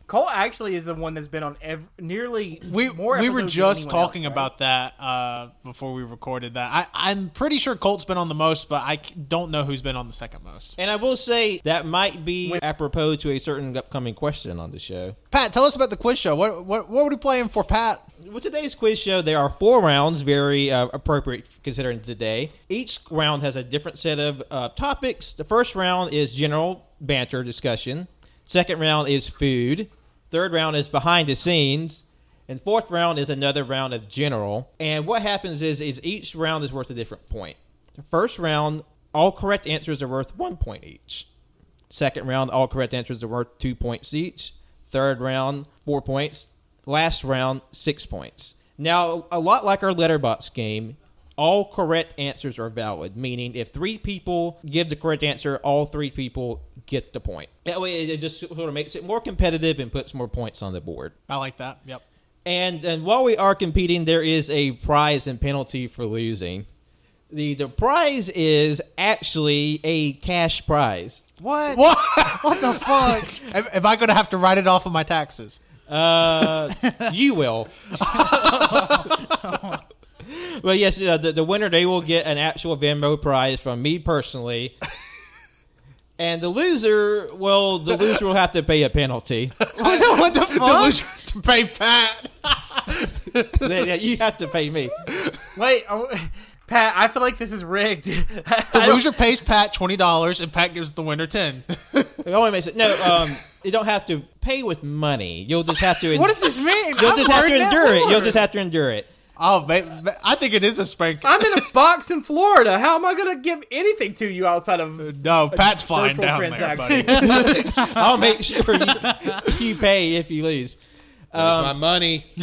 Cole actually is the one that's been on ev- nearly we more. we were episodes than just anyone talking else, right? about that uh, before we recorded that. I, I'm pretty sure Colt's been on the most, but I c- don't know who's been on the second most. And I will say that might be apropos to a certain upcoming question on the show. Pat, tell us about the quiz show. What what what were we playing for, Pat? With today's quiz show, there are four rounds, very uh, appropriate considering today. Each round has a different set of uh, topics. The first round is general banter discussion. Second round is food. Third round is behind the scenes. And fourth round is another round of general. And what happens is, is each round is worth a different point. The first round, all correct answers are worth one point each. Second round, all correct answers are worth two points each. Third round, four points. Last round, six points. Now, a lot like our letterbox game, all correct answers are valid, meaning if three people give the correct answer, all three people get the point. That way, it- it just sort of makes it more competitive and puts more points on the board. I like that. Yep. And and while we are competing, there is a prize and penalty for losing. The the prize is actually a cash prize. What? What? what the fuck? am, am I going to have to write it off on my taxes? Uh, you will. well, yes, uh, the, the winner they will get an actual Venmo prize from me personally, and the loser, well, the loser will have to pay a penalty. What the, what the fuck? to pay Pat. Yeah, yeah, you have to pay me. Wait, oh, Pat, I feel like this is rigged. I The don't- loser pays Pat twenty dollars, and Pat gives the winner ten. It only makes it no. Um, you don't have to pay with money. You'll just have to. What does this mean? You'll I'm just have to worried now endure it. You'll more. just have to endure it. oh, ba- ba- I think it is a spank. I'm in a box in Florida. How am I gonna give anything to you outside of No, Pat's flying virtual down there, buddy. transaction? I'll make sure you, you pay if you lose. Um, Where's my money?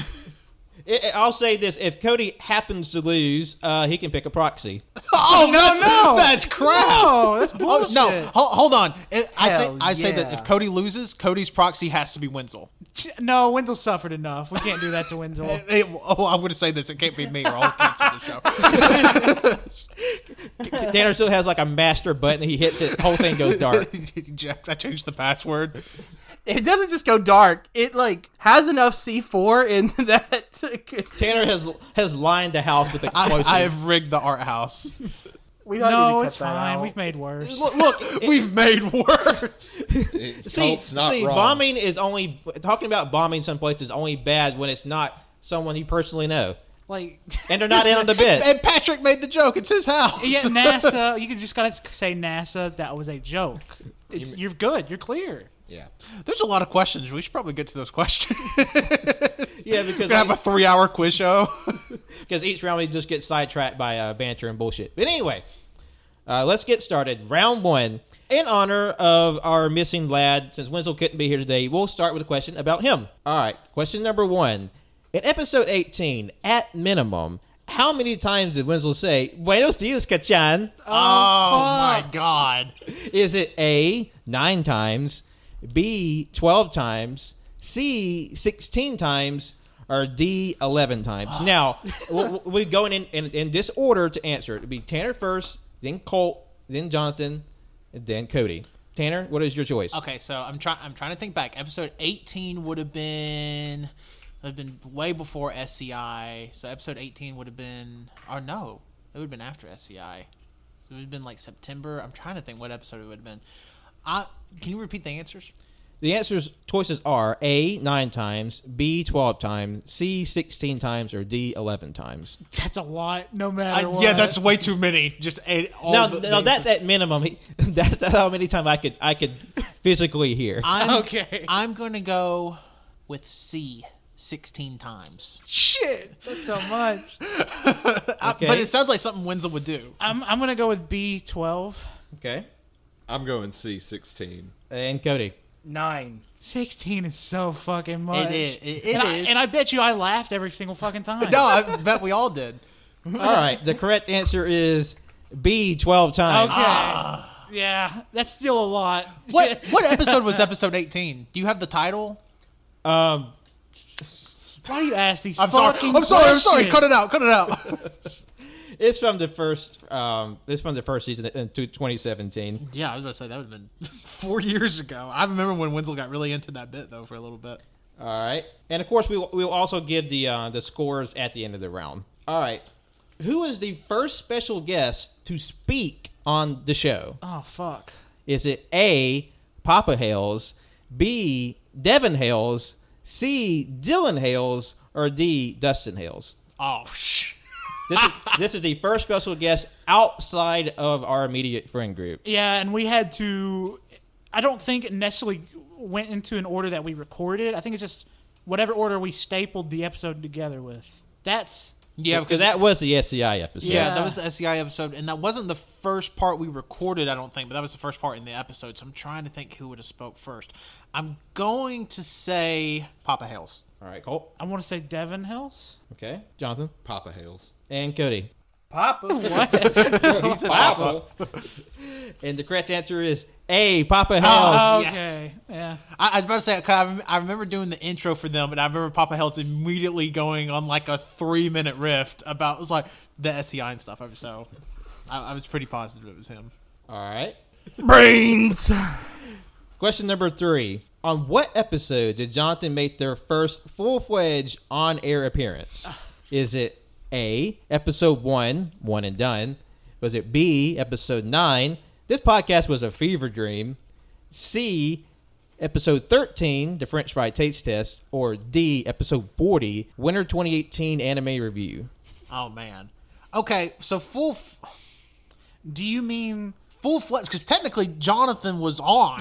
I- I- I'll say this: if Cody happens to lose, uh, he can pick a proxy. Oh no, that's, no. that's crap. No, that's Oh, bullshit. no, Ho- hold on. It, I Hell think I say that yeah. if Cody loses, Cody's proxy has to be Wenzel. Ch- No, Wenzel suffered enough. We can't do that to Wenzel. It- it- oh, I'm going to say this. It can't be me, or I'll cancel the show. Danner still has like a master button. He hits it, whole thing goes dark. Jax, I changed the password. It doesn't just go dark. It like has enough C4 in that. to- Tanner has has lined the house with I, explosives. I have rigged the art house. we don't need to No, cut it's that fine. out. We've made worse. Look, look, it- We've made worse. It- see, Colt's not see, wrong. bombing is only talking about bombing someplace is only bad when it's not someone you personally know, Like, and they're not in on the bid. And Patrick made the joke. It's his house. yeah, NASA. You could just gotta say NASA. That was a joke. It's, you're good. You're clear. Yeah. There's a lot of questions. We should probably get to those questions. We're Yeah, because gonna have a three-hour quiz show. because each round we just get sidetracked by uh, banter and bullshit. But anyway, uh, let's get started. Round one. In honor of our missing lad, since Wenzel couldn't be here today, we'll start with a question about him. All right, question number one. In episode 18, at minimum, how many times did Wenzel say, Buenos dias, Kachan? oh my god. Is it A, nine times, B, 12 times, C, 16 times, or D, 11 times? now, w- w- we're going in, in, in this order to answer. It would be Tanner first, then Colt, then Jonathan, and then Cody. Tanner, what is your choice? Okay, so I'm trying. I'm trying to think back. Episode 18 would have been, would have been way before SCI. So episode 18 would have been, or no, it would have been after SCI. So it would have been like September. I'm trying to think what episode it would have been. I can you repeat the answers? The answers choices are A, nine times, B, 12 times, C, 16 times, or D, 11 times. That's a lot. No matter what. way too many. Just eight, all Now, now that's at minimum. He, that's how many times I could I could physically hear. I'm, okay. I'm gonna go with C. 16 times. Shit. That's so much. Okay. But it sounds like something Wenzel would do. I'm I'm gonna go with B twelve. okay. I'm going C16. And Cody. Nine. 16 is so fucking much. It is. It, it and, I, is. and I bet you I laughed every single fucking time. no, I bet we all did. All right. The correct answer is B, 12 times. Okay. Ah. yeah, that's still a lot. What what episode was episode 18? Do you have the title? Um, Why do you ask these I'm sorry. fucking I'm sorry. I'm sorry. questions? Cut it out. Cut it out. It's from the first. Um, it's from the first season in t- 2017. Yeah, I was gonna say that would have been four years ago. I remember when Wenzel got really into that bit though for a little bit. All right, and of course we will, we will also give the uh, the scores at the end of the round. All right, who is the first special guest to speak on the show? Oh fuck. Is it A. Papa Hales, B. Devin Hales, C. Dylan Hales, or D. Dustin Hales? Oh shh. This is, this is the first special guest outside of our immediate friend group. Yeah, and we had to. I don't think it necessarily went into an order that we recorded. I think it's just whatever order we stapled the episode together with. That's Yeah, because that was the SCI episode. Yeah, Yeah. that was the SCI episode, and that wasn't the first part we recorded, I don't think, but that was the first part in the episode. So I'm trying to think who would have spoke first. I'm going to say Papa Hales. All right, Colt. I want to say Devin Hills. Okay, Jonathan Papa Hales. and Cody. Papa. He said Papa. and the correct answer is A. Papa Uh-huh. Hales. Oh, yes. okay. Yeah. I, I was about to say 'cause I, rem- I remember doing the intro for them, and I remember Papa Hales immediately going on like a three minute rift about it was like the SCI and stuff. So I, I was pretty positive it was him. All right. Brains. Question number three. On what episode did Jonathan make their first full fledged on air appearance? Is it A, episode one, one and done? Was it B, episode nine, this podcast was a fever dream? C, episode 13, the French fry taste test? Or D, episode 40, winter 2018 anime review? Oh man. Okay, so full f- Do you mean? full fledged because technically Jonathan was on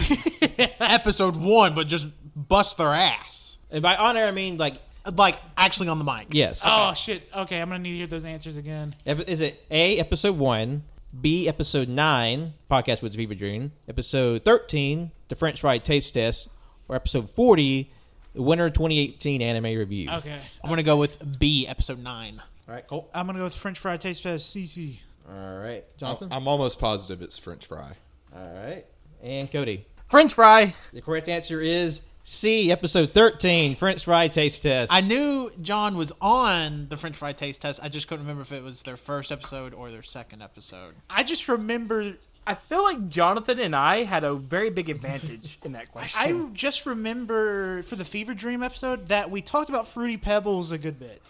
episode one, but just bust their ass And by on air, I mean like, like actually on the mic. yes. Oh shit. Okay, I'm gonna need to hear those answers again. Epi- Is it A, episode 1, B, episode 9, podcast with Viva Dream, episode 13, the French fry taste test, or episode 40, the winter 2018 anime review? Okay. I'm gonna go with B episode nine. All right, Colt. I'm gonna go with French fry taste test CC. All right, Jonathan. I'm almost positive it's French fry. Oh, All right. And Cody. French fry. The correct answer is C, episode 13, French fry taste test. I knew John was on the French fry taste test. I just couldn't remember if it was their first episode or their second episode. I just remember. I feel like Jonathan and I had a very big advantage in that I question. just remember for the Fever Dream episode that we talked about Fruity Pebbles a good bit,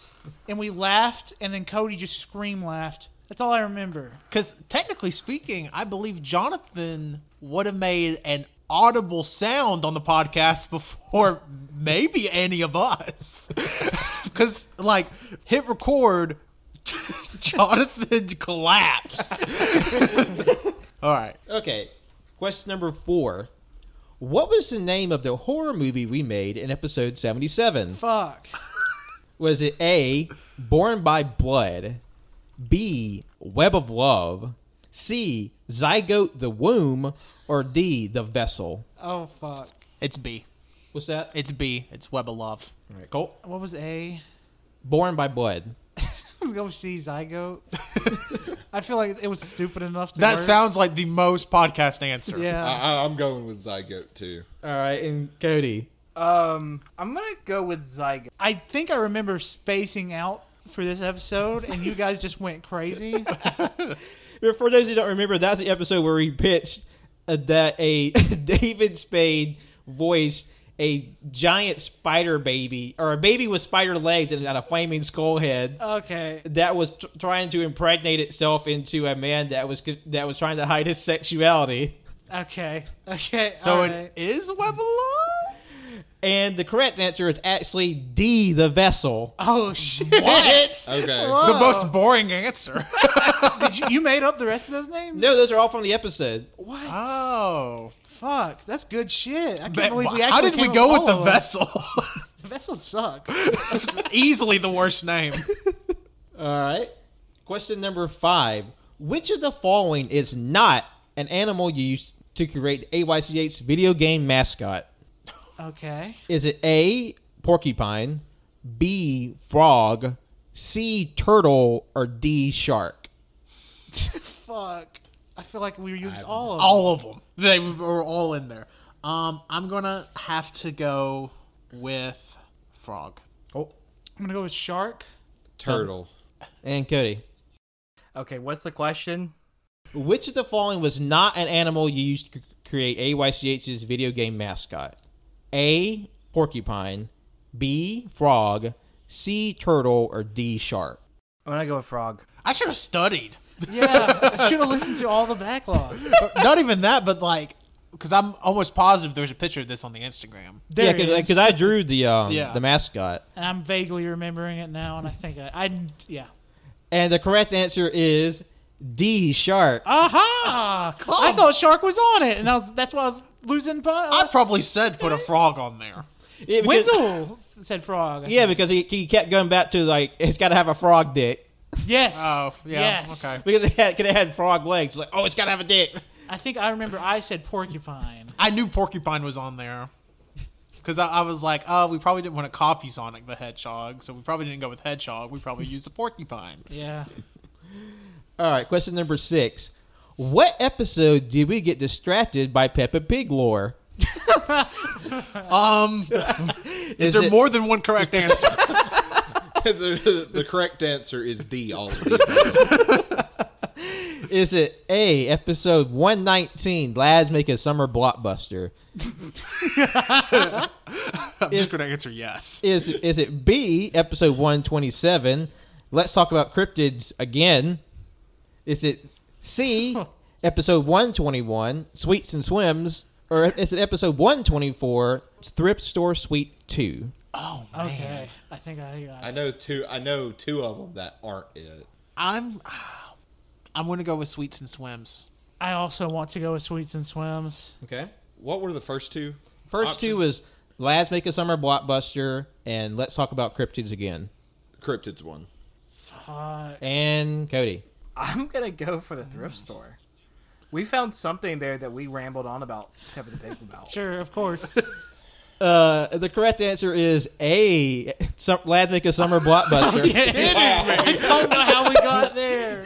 and we laughed, and then Cody just scream laughed. That's all I remember. Because technically speaking, I believe Jonathan would have made an audible sound on the podcast before maybe any of us. Because, like, hit record, Jonathan collapsed. All right. okay, question number 4. What was the name of the horror movie we made in episode 77? Fuck. Was it A, Born by Blood, B, Web of Love, C, Zygote the Womb, or D, The Vessel? Oh fuck. It's B. What's that? It's B. It's Web of Love. Colt. What was A? Born by Blood. We Go see Zygote. I feel like it was stupid enough to. That Uh-huh. work. sounds like the most podcast answer. Yeah. I, I, I'm going with Zygote too. All right, and Cody. um, I'm gonna go with Zygote. I think I remember spacing out for this episode, and you guys just went crazy. For those who don't remember, that's the episode where we pitched uh, that a David Spade voiced a giant spider baby, or a baby with spider legs and had a flaming skull head. Okay. that was t- trying to impregnate itself into a man that was c- that was trying to hide his sexuality. Okay. Okay. So all it right. is Web of Love? And the correct answer is actually D, the vessel. Oh shit! What? Okay. The most boring answer. Did you, you made up the rest of those names? No, those are all from the episode. What? Oh. Fuck. That's good shit. I can't But believe we how actually. did we came go up with the all of us. vessel? The vessel sucks. Easily the worst name. All right. Question number five: Which of the following is not an animal used to create AYCH's video game mascot? okay. Is it A, porcupine, B, frog, C, turtle, or D, shark? Fuck. I feel like we used all of. All of them. They were all in there. Um, I'm gonna have to go with frog. Oh, I'm gonna go with shark. Turtle. and Cody. Okay, what's the question? Which of the following was not an animal used to create AYCH's video game mascot? A. Porcupine. B. Frog. C. Turtle. Or D. Shark? I'm gonna go with frog. I should have studied. Yeah, I should have listened to all the backlog. Not even that, but like, because I'm almost positive there's a picture of this on the Instagram. There it yeah, is. because I drew the um, Yeah. the mascot. and I'm vaguely remembering it now, and I think I, I yeah. And the correct answer is D. Shark. Uh, Aha! I thought Shark was on it, and I was, that's why I was losing. po- I Uh, probably said put a frog on there. Yeah, because- Wenzel said Frog. Yeah, because he, he kept going back to like it's got to have a frog dick Yes. Oh, yeah. Yes. Okay. because it had, 'cause it had frog legs. Like oh, it's got to have a dick. I think I remember I said Porcupine. I knew porcupine was on there. Because I, I was like, oh, we probably didn't want to copy Sonic the Hedgehog, so we probably didn't go with Hedgehog. We probably used a porcupine. Yeah. All right, question number six. What episode did we get distracted by Peppa Pig lore? Um, is, Is, there it- more than one correct answer? the, the correct answer is D. All of the above. Is it A, episode 119, Lads Make a Summer Blockbuster? I'm just going to answer yes. Is, is it B, episode 127, Let's Talk About Cryptids Again? Is it C, episode 121, Sweets and Swims? Or is it episode 124, Thrift Store Suite 2? Okay. I think I got I know two. I know two of them that aren't it. I'm, I'm going to go with Sweets and Swims. I also want to go with Sweets and Swims. Okay. What were the first two? First two Option- was Lads Make a Summer Blockbuster and Let's Talk About Cryptids Again. Cryptids one. Uh, And Cody. I'm gonna go for the thrift store. We found something there that we rambled on about Peppa the Pig about. sure, of course. Uh, the correct answer is A. Some, Lads Make a Summer Blockbuster. I don't know how we got there.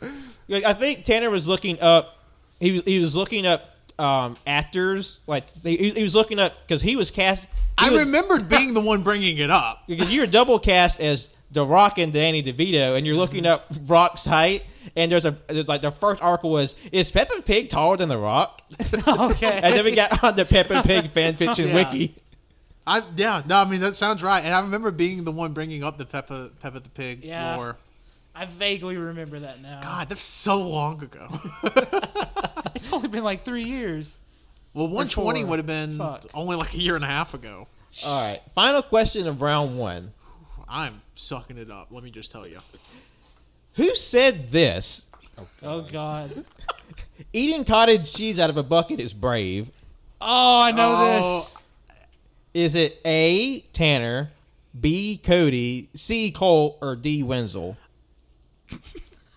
Like, I think Tanner was looking up. He was he was looking up um, actors. Like he, he was looking up because he was cast. he I was- remembered being the one bringing it up. because you're double cast as The Rock and Danny DeVito, and you're looking up Rock's height. And there's a there's like the first article was is Peppa Pig taller than The Rock? Okay. And then we got on the Peppa Pig fan fiction Yeah. wiki. I yeah no I mean that sounds right and I remember being the one bringing up the Peppa Peppa the Pig Yeah. lore. I vaguely remember that now. God, that's so long ago. It's only been like three years. Well, 120 would have been Fuck. only like a year and a half ago. All right, final question of round one. I'm sucking it up. Let me just tell you. Who said this? Oh God. Eating cottage cheese out of a bucket is brave. Oh, I know Oh. this. Is it A. Tanner, B. Cody, C. Cole, or D. Wenzel?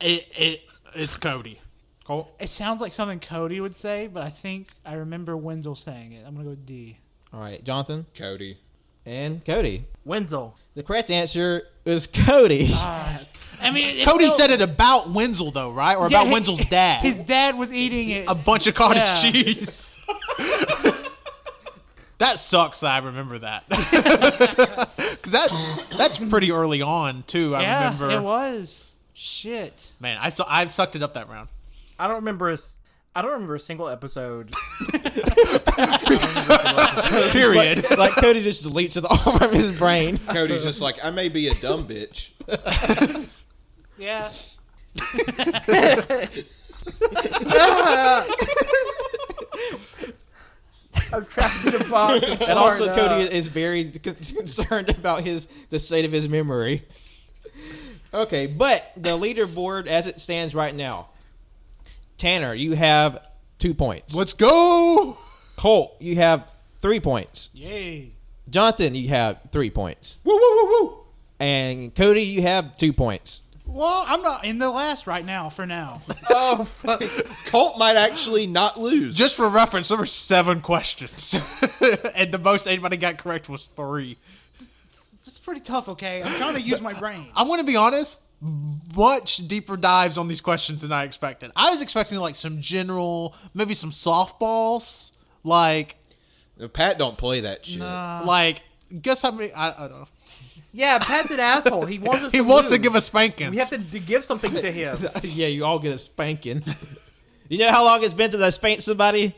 It it it's Cody. Cole. It sounds like something Cody would say, but I think I remember Wenzel saying it. I'm gonna go with D. All right, Jonathan Cody. and Cody. Wenzel. The correct answer is Cody. I mean, it- it's Cody still- said it about Wenzel though, right? Or Yeah, about he- Wenzel's dad. His dad was eating it. a bunch of cottage Yeah. cheese. that sucks that I remember that. Cuz that that's pretty early on too. I yeah, remember. it was. Shit. Man, I su- I've sucked it up that round. I don't remember. A, s- I don't remember a single episode. Period. like Cody just deletes it all from his brain. Cody's just like I may be a dumb bitch. Yeah. I'm trapped in a box. in And also, Florida. Cody is very con- concerned about his the state of his memory. Okay, but the leaderboard as it stands right now, Tanner, you have two points. Let's go. Colt, you have three points. Yay. Jonathan, you have three points. Woo, woo, woo, woo. And Cody, you have two points. Well, I'm not in the last right now. For now. Oh fuck! Colt might actually not lose. Just for reference, there were seven questions, and the most anybody got correct was three. It's pretty tough. Okay. I'm trying to use my brain. I'm going to be honest. Much deeper dives on these questions than I expected. I was expecting like some general, maybe some softballs, like Pat don't play that shit. like guess how many? I, I don't know. Yeah, Pat's an asshole. He wants us He to wants lose. to give us spankings. We have to, to give something to him. yeah, you all get a spanking. you know how long it's been since I spanked somebody?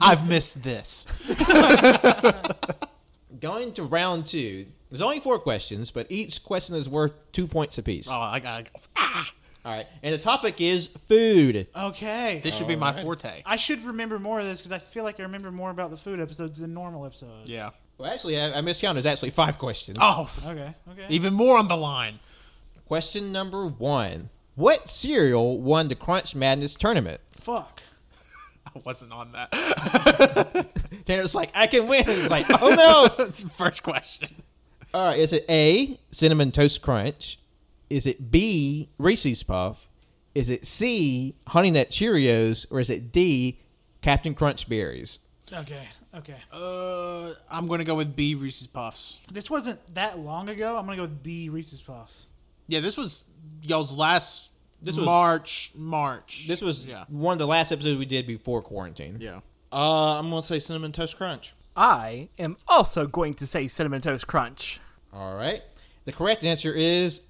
I've missed this. Going to round two. There's only four questions, but each question is worth two points apiece. Oh, I got. All right, and the topic is food. Okay. This should be my forte. I should remember more of this because I feel like I remember more about the food episodes than normal episodes. Yeah. Well, actually, I, I miscounted. There's actually five questions. Oh, Okay. Okay. even more on the line. Question number one: What cereal won the Crunch Madness tournament? Fuck. I wasn't on that. Tanner's like, I can win. He's like, oh no! That's the first question. All right, is it A, Cinnamon Toast Crunch? Is it B, Reese's Puff? Is it C, Honey Nut Cheerios? Or is it D, Captain Crunch Berries? Okay. Okay. Uh, I'm gonna go with B Reese's Puffs. This wasn't that long ago. I'm gonna go with B Reese's Puffs. Yeah, this was y'all's last. This was- March. March. This was yeah. one of the last episodes we did before quarantine. Yeah. Uh, I'm gonna say cinnamon toast crunch. I am also going to say Cinnamon Toast Crunch. All right. The correct answer is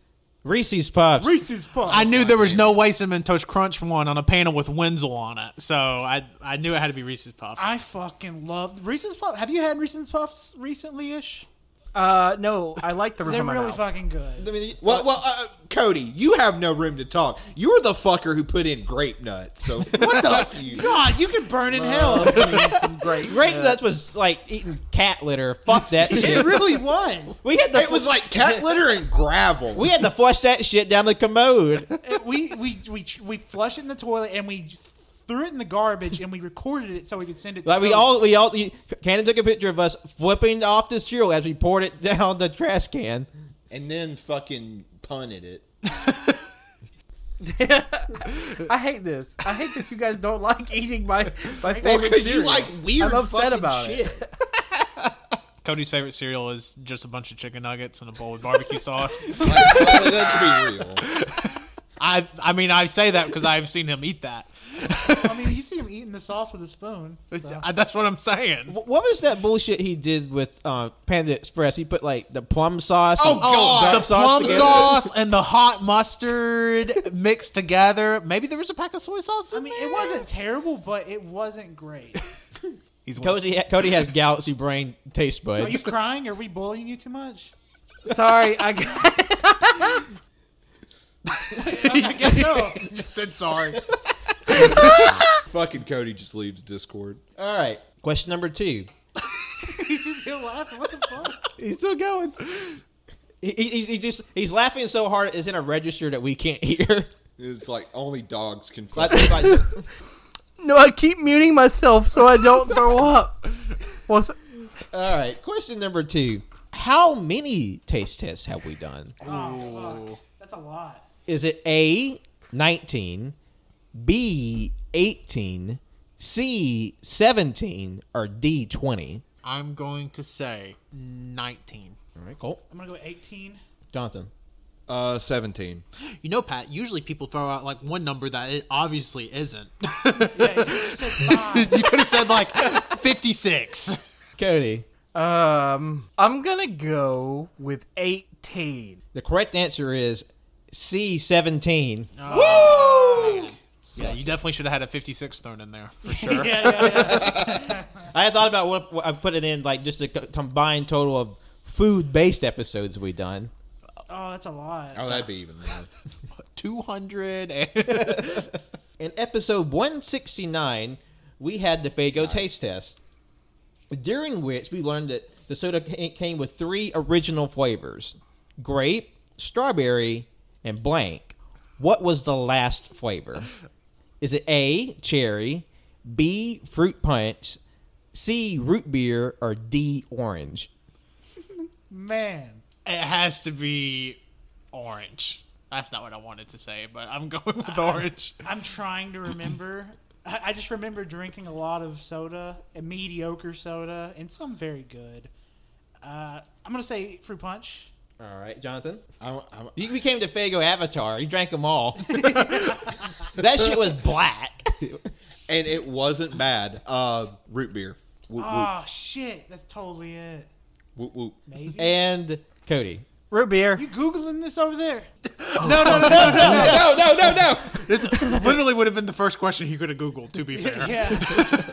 Reese's Puffs. Reese's Puffs. I knew there was no way Cinnamon Toast Crunch won on a panel with Wenzel on it, so I I knew it had to be Reese's Puffs. I fucking love Reese's Puffs. Have you had Reese's Puffs recently ish? Uh, no, I like the roof They're of my really mouth. fucking good. I mean, Well, well, uh, Cody, you have no room to talk. You were the fucker who put in grape nuts. So what the? You. God, you could burn in hell. Some great. grape nuts was like eating cat litter. Fuck that It shit. really was. We had to It was like cat litter and gravel. we had to flush that shit down the commode. It- we we we we flushed it in the toilet and we threw it in the garbage and we recorded it so we could send it. to Like we Cody. all, we all. You, Cannon took a picture of us flipping off the cereal as we poured it down the trash can. and then fucking punted it. I hate this. I hate that you guys don't like eating my my Well, favorite because you cereal. like weird I'm upset fucking about it. shit. Cody's favorite cereal is just a bunch of chicken nuggets and a bowl of barbecue sauce. Like, let's be real. I I mean I say that because I've seen him eat that. I mean, you see him eating the sauce with a spoon. so. I- that's what I'm Oh, saying. Wh- What was that bullshit he did with uh, Panda Express? He put like the plum sauce. Oh, and God. dark the plum together. sauce and the hot mustard mixed together. Maybe there was a pack of soy sauce. In I mean, it wasn't terrible, but it wasn't great. He's one- Cody, Cody has galaxy brain taste Are you buds. crying? Are we bullying you too much? Sorry, I got, I guess so. just said sorry. Fucking Cody just leaves Discord. All right, question number two. He's just here laughing. What the fuck? He's still going. He, he, he just he's laughing so hard it's in a register that we can't hear. It's like only dogs can. Like- like- no. I keep muting myself so I don't throw up. Well, s- all right, question number two. How many taste tests have we done? Oh fuck. That's a lot. Is it A, 19, B, 18, C, 17, or D, 20? I'm going to say 19. All right, cool. I'm gonna go 18. Jonathan. Uh, seventeen. You know, Pat. Usually people throw out like one number that it obviously isn't. Yeah, you said five. you could have said like 56. Cody. um, I'm gonna go with eighteen. The correct answer is C, 17. Yeah, you definitely should have had a 56 thrown in there for sure. Yeah, yeah, yeah. I had thought about what, if- what I put it in, like just a co- combined total of food based episodes we done. Oh, that's a lot. Oh, that'd be even. more. 200 and In episode 169, we had the Fago taste test, during which we learned that the soda ca- came with three original flavors grape, strawberry, and blank. What was the last flavor? Is it A, cherry, B, fruit punch, C, root beer, or D, orange? Man. it has to be orange. That's not what I wanted to say, but I'm going with orange. I'm trying to remember. I, I just remember drinking a lot of soda, and mediocre soda, and some very good. Uh, I'm gonna say fruit punch. All right, Jonathan. I don't- I don't- You became the Fago avatar. You drank them all. that shit was black. and it wasn't bad. Uh, root beer. Woo, woo. Oh shit, that's totally it. Whoop, whoop. and Cody. Root beer. You googling this over there? No, Oh, no, no, no. This literally would have been the first question he could have Googled, to be fair. Yeah.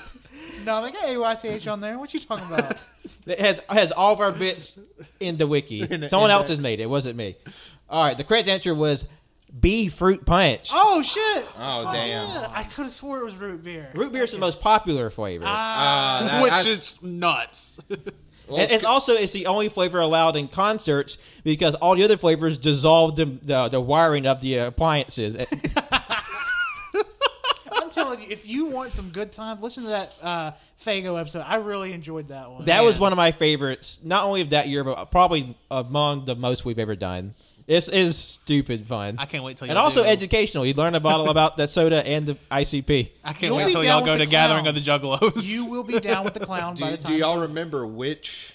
no, they got AYCH on there. What you talking about? It has has all of our bits in the wiki. Someone else has made it. It wasn't me. All right. The correct answer was B fruit punch. Oh shit! Oh, Fuck damn. yeah. I could have swore it was root beer. Root beer is the most popular flavor. Ah, Which is nuts. and it's also it's the only flavor allowed in concerts because all the other flavors dissolve the the, the wiring of the appliances. I'm telling you, if you want some good times, listen to that uh, Fago episode. I really enjoyed that one. That was one of my favorites, not only of that year, but probably among the most we've ever done. This is stupid fun. I can't wait till and y'all also do. educational. You learn a bottle about the soda and the ICP. I can't You'll wait be till down y'all with go the to Gathering clown. of the Juggalos. you will be down with the clown by the Do, do time. y'all remember which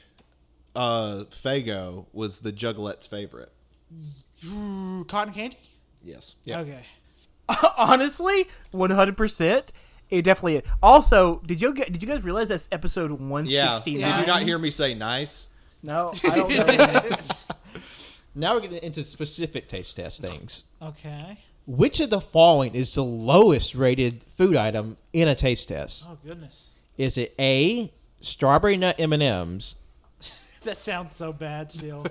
uh, Fago was the Jugglette's favorite? Ooh, cotton candy? Yes. Okay. Honestly, one hundred percent. It definitely. Is. Also, did you get? Did you guys realize that's episode one Yeah. sixty Did nine? you not hear me say nice? No, I don't know. Now we're getting into specific taste test things. Okay. Which of the following is the lowest rated food item in a taste test? Oh goodness, Is it A, strawberry nut M&Ms, that sounds so bad. Still,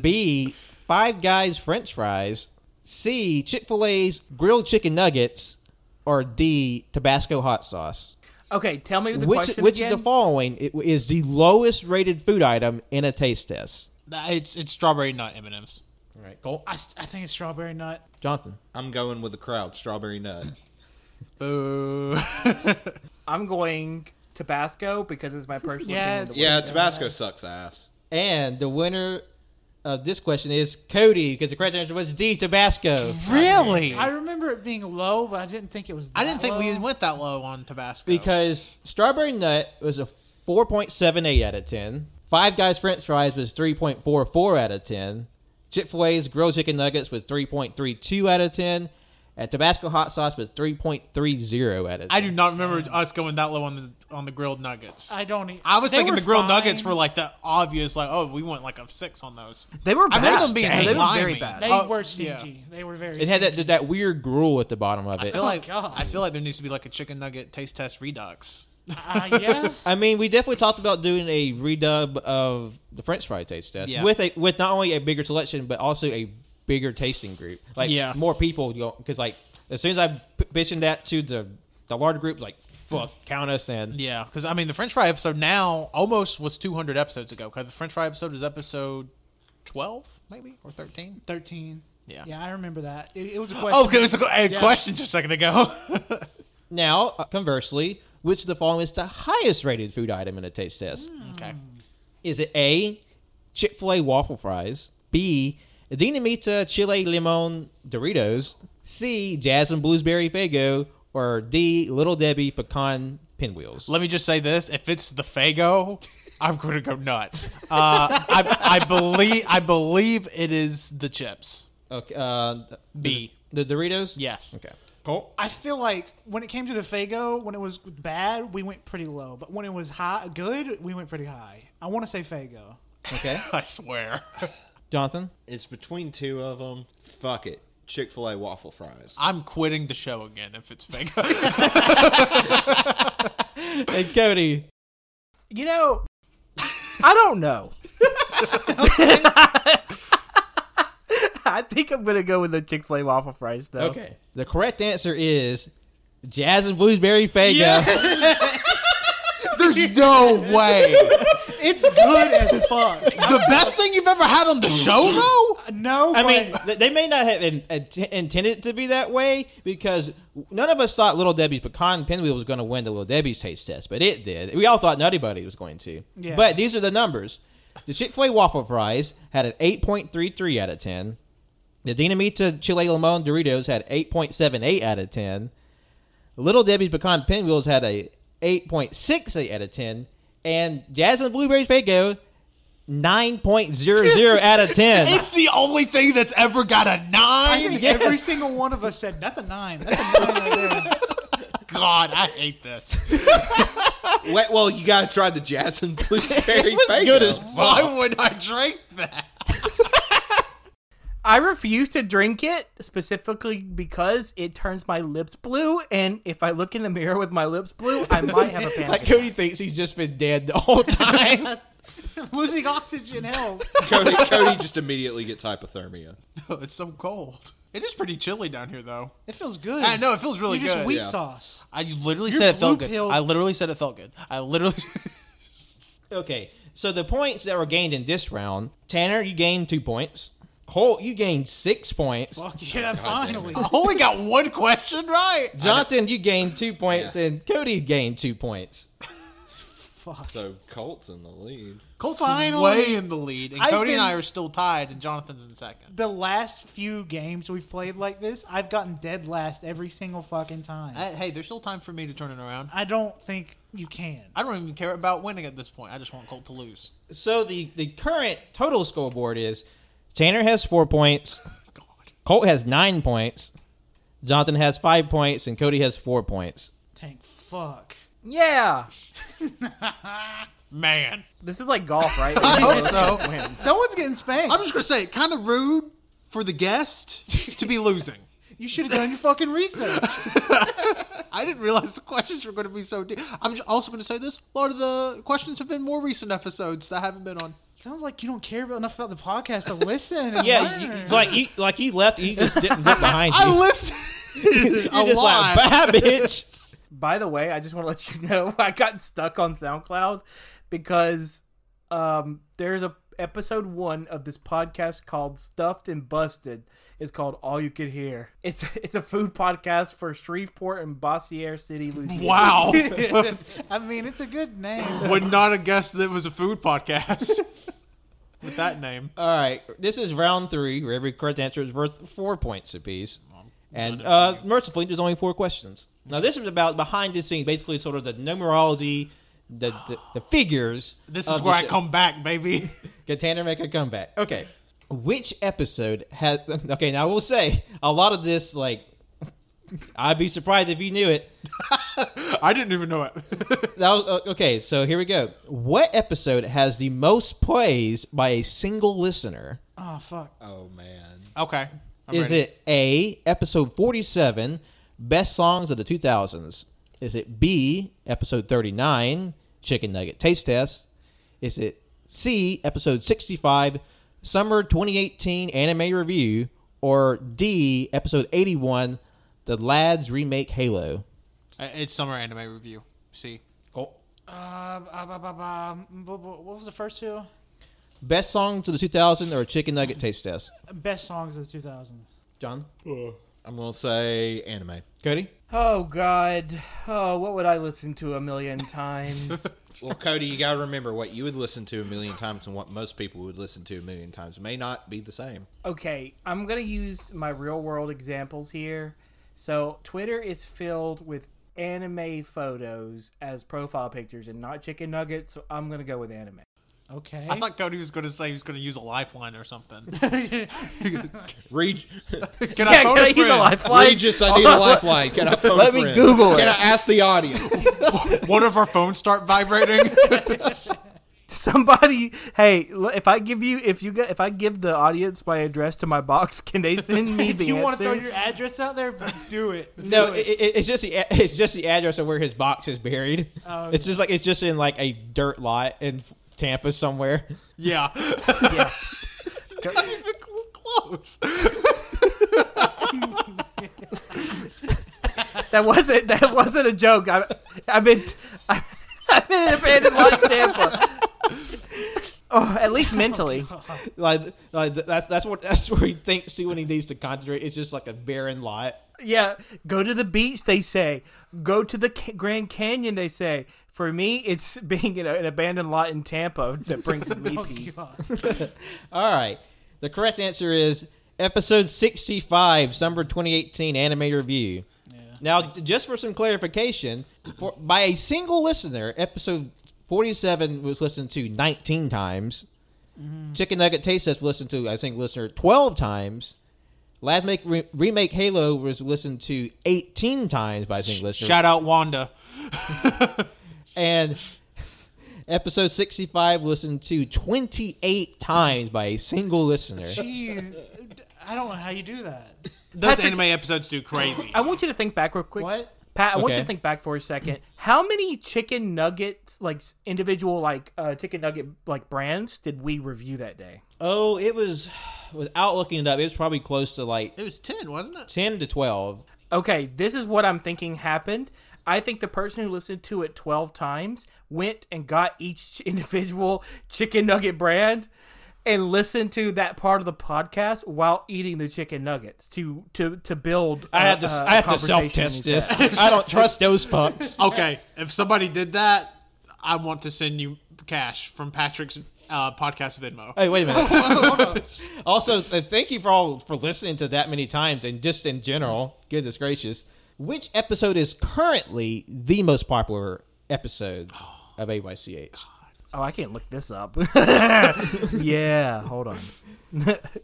B, Five Guys French fries, C, Chick-fil-A's grilled chicken nuggets, or D, Tabasco hot sauce? okay, tell me the which question which again. is the following it is the lowest rated food item in a taste test. Nah, it's it's strawberry nut M and M's. All right, Cole. I, s- I think it's strawberry nut. Jonathan. I'm going with the crowd. Strawberry nut. Boo. I'm going Tabasco because it's my personal Yeah, opinion. it's- yeah, Tabasco sucks ass. And the winner of this question is Cody because the correct answer was D, Tabasco. really? I I, remember it being low, but I didn't think it was. That didn't think we low. went that low on Tabasco. Because strawberry nut was a 4.78 out of 10. Five Guys French fries was 3.44 out of 10. Chick fil A's grilled chicken nuggets was 3.32 out of 10. And Tabasco hot sauce was 3.30 out of 10. I do not remember us going that low on the on the grilled nuggets. I don't. e- I was they thinking were the grilled fine. Oh nuggets were like the obvious, like oh, we want like a six on those. They were I bad. remember them being they were slimy. very bad. They Oh, were yeah. stingy. They were very. It had that, that weird gruel at the bottom of I it. feel like God. I feel like there needs to be like a chicken nugget taste test redux. stingy. Uh, yeah. I mean, we definitely talked about doing a redub of the French fry taste test Yeah. with a with not only a bigger selection but also a bigger tasting group, like Yeah. more people. Because like as soon as I p- mentioned that to the the larger group, like fuck, count us in. Yeah, because I mean the French fry episode now almost was 200 episodes ago. Because the French fry episode is episode 12 maybe or 13. Thirteen. Yeah. Yeah, I remember that. It, it was a question. Oh, 'cause it was a, a question just a second ago. Now, uh, conversely, which of the following is the highest rated food item in a taste test? okay. Is it A, Chick fil A waffle fries? B, Dinamita Chile Limon Doritos? C, Jasmine Blueberry Fago? Or D, Little Debbie Pecan Pinwheels? Let me just say this: if it's the Fago, I'm going to go nuts. Uh, I, I believe I believe it is the chips. Okay, uh, B. The, the Doritos? Yes. Okay. Cool. I feel like when it came to the Fago, when it was bad, we went pretty low. But when it was high, good, we went pretty high. I want to say Fago. Okay. I swear. Jonathan? It's between two of them. Fuck it. Chick fil A waffle fries. I'm quitting the show again if it's Fago. And Cody. You know, I don't know. I think I'm gonna go with the Chick Fil A waffle fries though. Okay. The correct answer is Jasmine Blueberry Fago. There's no way. It's good as fuck. The best thing you've ever had on the show, though. No, I but mean, th- they may not have in, int- intended it to be that way because none of us thought Little Debbie's pecan pinwheel was going to win the Little Debbie's taste test, but it did. We all thought Nutty Buddy was going to. Yeah. But these are the numbers. The Chick fil A waffle fries had an 8.33 out of 10. The Dinamita Chile Limon Doritos had 8.78 out of 10. Little Debbie's pecan pinwheels had a 8.68 out of 10. And Jasmine Blueberry Fago, 9.00 out of 10. It's the only thing that's ever got a I nine. think every single one of us said that's a nine. That's a nine right there. God, I hate this. Wait, well, you gotta try the Jasmine Blueberry Fago. good as Why would I drink that? I refuse to drink it specifically because it turns my lips blue, and if I look in the mirror with my lips blue, I might have a panic. Like attack. Cody thinks he's just been dead the whole time. Losing oxygen, hell. Cody, Cody just immediately gets hypothermia. Oh, it's so cold. It is pretty chilly down here, though. It feels good. I know it feels really You're just good. wheat Yeah. sauce. I literally Your said it felt blue good. pill- I literally said it felt good. I literally. okay, so the points that were gained in this round, Tanner, you gained two points. Holt, you gained six points. yeah, finally. I only got one question right. Jonathan, you gained two points, and Cody gained two points. So Colt's in the lead. Colt's Finally. way in the lead, and I've Cody and been- I are still tied, and Jonathan's in second. The last few games we've played like this, I've gotten dead last every single fucking time. I, I- Uh, hey, there's still time for me to turn it around. don't think you can. I don't even care about winning at this point. I just want Colt to lose. So the, the current total scoreboard is Tanner has four points, Colt has nine points, Jonathan has five points, and Cody has four points. Tank, fuck. yeah, Man, this is like golf, right? I hope so. Someone's getting spanked. I'm just gonna say, kind of rude for the guest to be losing. you should have done your fucking research. I didn't realize the questions were going to be so deep. I'm ju- also going to say this: a lot of the questions have been more recent episodes that I haven't been on. Sounds like you don't care about, enough about the podcast to listen. And Yeah, learn. you, it's like you like you left, you just didn't look behind you. I listened You're a just like, lot. bye, bitch. By the way, I just want to let you know I got stuck on SoundCloud because um, there's a episode one of this podcast called Stuffed and Busted. It's called All You Could Hear. It's it's a food podcast for Shreveport and Bossier City, Louisiana. Wow. I mean, it's a good name. Would not have guessed that it was a food podcast. with that name. All right, this is round three, where every correct answer is worth four points apiece. And uh, mercifully, there's only four questions. Now, this is about behind the scenes, basically, sort of the numerology, the the, the figures. This of is the where I show. come back, baby. Can Tanner make a comeback? Okay. Which episode has? Okay, now I will say a lot of this. Like, I'd be surprised if you knew it. I didn't even know it. That was uh, okay. So here we go. What episode has the most plays by a single listener? Oh, fuck. Oh man. Okay, I'm Is ready. it A, episode 47, best songs of the 2000s? Is it B, episode 39, chicken nugget taste test? Is it C, episode 65, summer 2018 anime review? Or D, episode 81, the lads remake Halo? Uh, It's summer anime review. See, Uh, ba- ba- ba- ba- bu- bu- what was the first two? Best songs of the 2000s or chicken nugget taste test? Best songs of the 2000s. John? I'm gonna say anime. Cody? Oh God! Oh, what would I listen to a million times? Well, Cody, you gotta remember what you would listen to a million times and what most people would listen to a million times may not be the same. okay, I'm gonna use my real world examples here. So Twitter is filled with anime photos as profile pictures and not chicken nuggets. So I'm gonna go with anime. Okay. I thought Cody was going to say he was going to use a lifeline or something. Reg- Can I phone a he's a friend? lifeline. Regis, I need a lifeline. Can I phone Let a me friend? Google Can it. I ask the audience? One of our phones start vibrating. Somebody, hey, l- if I give you, if you get, if I give the audience my address to my box, can they send me if the you want to answer? throw your address out there, do it. No, it, it, it's just the a- it's just the address of where his box is buried. Oh, it's just like it's just in like a dirt lot in Tampa somewhere. yeah, yeah. not even cl- close. That wasn't that wasn't a joke. I, I've been I, I've been in abandoned lot in Tampa. Oh, at least mentally. Like, like that's that's what that's where he thinks to when he needs to concentrate. It's just like a barren lot. Yeah, go to the beach. They say go to the ca- Grand Canyon. They say for me, it's being in a, an abandoned lot in Tampa that brings me peace. God. All right, the correct answer is episode sixty-five, summer twenty eighteen anime review. Now, just for some clarification, for, by a single listener, episode forty-seven was listened to nineteen Mm-hmm. times. Chicken Nugget Taste Test was listened to, I think, listener twelve times. Last make, re- remake Halo was listened to 18 times by Zing listeners. Shout out Wanda. and episode 65 listened to 28 times by a single listener. Jeez, I don't know how you do that. Those Those Patrick- anime episodes do crazy. I want you to think back real quick. What? Pat, I want you Okay. to think back for a second. How many chicken nuggets, like s- individual, like uh, chicken nugget, like brands, did we review that day? Oh, it was, without looking it up, it was probably close to like It was 10, wasn't it? 10 to 12. Okay, this is what I'm thinking happened. I think the person who listened to it 12 times went and got each individual chicken nugget brand and listened to that part of the podcast while eating the chicken nuggets to to to build. I uh, have to, uh, I have to conversation in self test these this. I don't trust those fucks. okay, if somebody did that, I want to send you cash from Patrick's uh, podcast Venmo. Hey, wait a minute. also, uh, thank you for all for listening to that many times and just in general. Goodness gracious. Which episode is currently the most popular episode of AYCH? Oh, I can't look this up. yeah, hold on.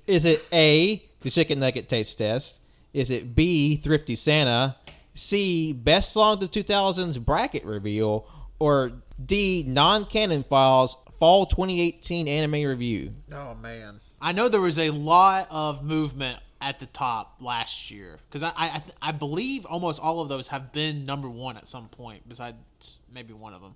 Is it A, the chicken nugget taste test? Is it B, Thrifty Santa? C, best song to 2000s bracket reveal? Or D, non canon files fall 2018 anime review? Oh man. I know there was a lot of movement at the top last year because I I, I th- I believe almost all of those have been number one at some point, besides maybe one of them.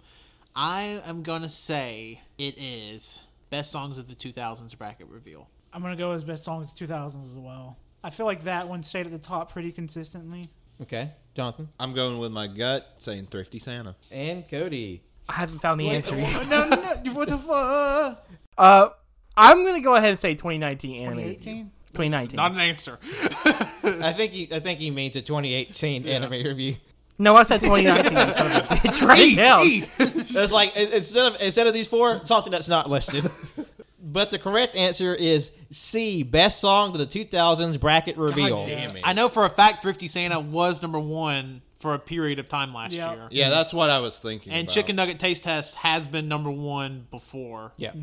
I am gonna say it is best songs of the 2000s bracket reveal. I'm gonna go as best songs of 2000s as well. I feel like that one stayed at the top pretty consistently. Okay, Jonathan. I'm going with my gut, saying Thrifty Santa. And Cody. I haven't found the answer yet. no, no, no, what the fuck? Uh, I'm gonna go ahead and say 2019 anime. 2018. 2019. Not an answer. I think he, I think he means a 2018 anime review. no, I said 2019. son of a bitch. Write it down. It's like i- instead of instead of these four, something that's not listed. but the correct answer is C. Best song to the 2000s bracket reveal. it. I know for a fact Thrifty Santa was number one for a period of time last Yeah. year, Yeah, that's what I was thinking. and about. Chicken Nugget Taste Test has been number one before. Yeah.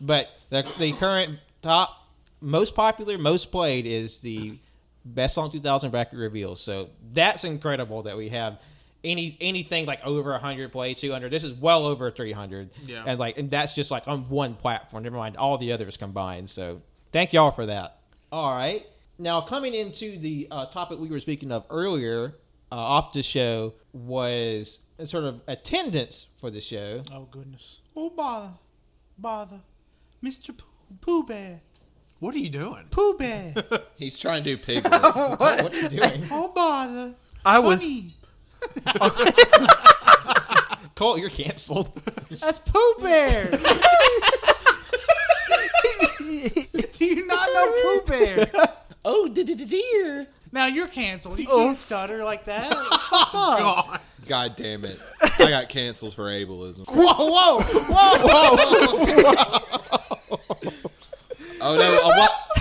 But the, the current top most popular, most played is the best song 2000 bracket reveal. So that's incredible that we have any anything like over 100 play 200 this is well over 300 Yeah. and like and that's just like on one platform never mind all the others combined so thank y'all for that all right now coming into the uh, topic we were speaking of earlier uh, off the show was a sort of attendance for the show Oh goodness. Oh bother, bother, Mr. Pooh, Pooh Bear, What are you doing? Pooh Bear. he's trying to do Piglet. what are you doing oh bother, I was honey, cole you're canceled that's Pooh Bear. Do you not know Pooh Bear? Oh, dear. Now you're canceled. You can't stutter like that. Fuck up. God damn it! I got canceled for ableism. Whoa, whoa. Oh no! A,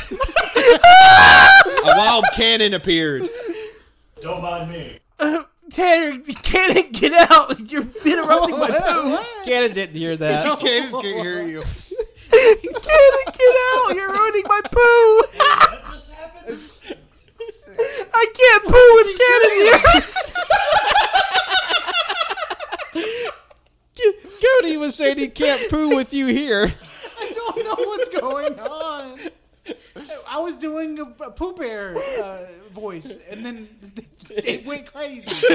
wi- a wild cannon appeared. Don't mind me. Tanner. Can it get out? You're interrupting my poo. Cannon didn't hear that. Cannon can hear you. Can it get out? You're ruining my poo. What just happened? I can't poo with Cannon here. Cody was saying he can't poo with you here. I don't know what's going on. I was doing a, a Pooh Bear uh, voice, and then it went crazy.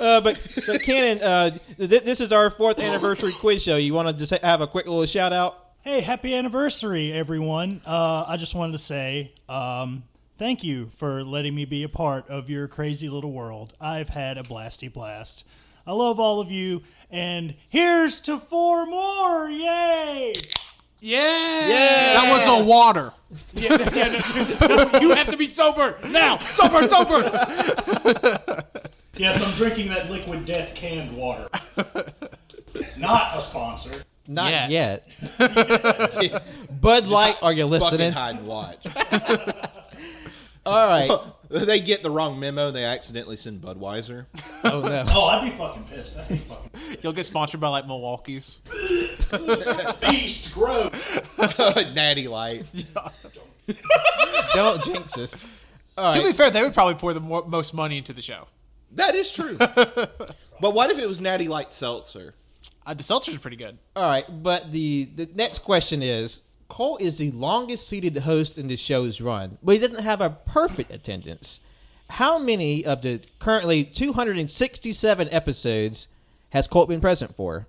Uh, but, but Cannon, uh, th- this is our fourth anniversary quiz show. You want to just ha- have a quick little shout out? Hey, happy anniversary, everyone. Uh, I just wanted to say um, thank you for letting me be a part of your crazy little world. I've had a blasty blast. I love all of you, and here's to four more! Yay! Yeah. That was a water. You have to be sober now. Sober, sober. Yes, I'm drinking that liquid death canned water. Not a sponsor. Not Yet. yet. Bud Light, are you Fucking listening? hide and watch. All right. they get the wrong memo. They accidentally send Budweiser. Oh, no. Oh, I'd be fucking pissed. I'd be fucking You'll get sponsored by like Milwaukee's. beast grow. Natty Light. Don't jinx us. to be fair, they would probably pour the more, most money into the show. That is true. but what if it was Natty Light Seltzer? Uh, the seltzers are pretty good. All right, but the the next question is Cole is the longest seated host in the show's run, but he doesn't have a perfect attendance. How many of the currently 267 episodes has Colt been present for?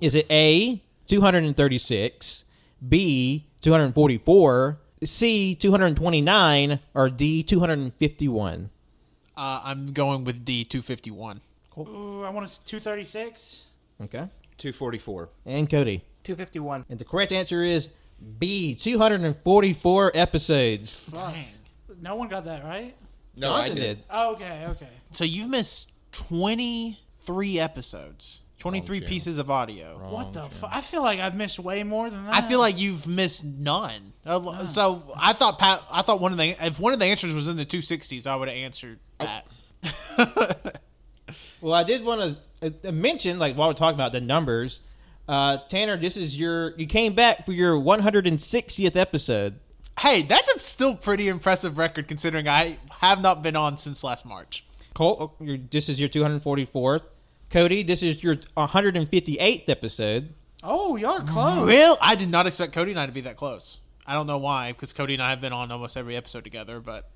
Is it A, 236, B, 244, C, 229, or D, 251? Uh, I'm going with D two fifty one. Ooh, I want to 236. Okay. 244. And Cody. 251. And the correct answer is B, 244 episodes. Dang. No one got that right. No, Jonathan Oh, okay, okay. So you've missed twenty three episodes, twenty three pieces of audio. What the fuck? I feel like I've missed way more than that. I feel like you've missed none. Uh, So I thought Pat, I thought one of the if one of the answers was in the two sixties, I would have answered that. Well, I did want to uh, mention, like, while we're talking about the numbers, uh, Tanner, this is your, you came back for your 160th episode. Hey, that's a still pretty impressive record considering I have not been on since last March. Colt, your, oh, this is your 244th. Cody, this is your 158th episode. Oh, y'all are close. Well, I did not expect Cody and I to be that close. I don't know why, because Cody and I have been on almost every episode together. But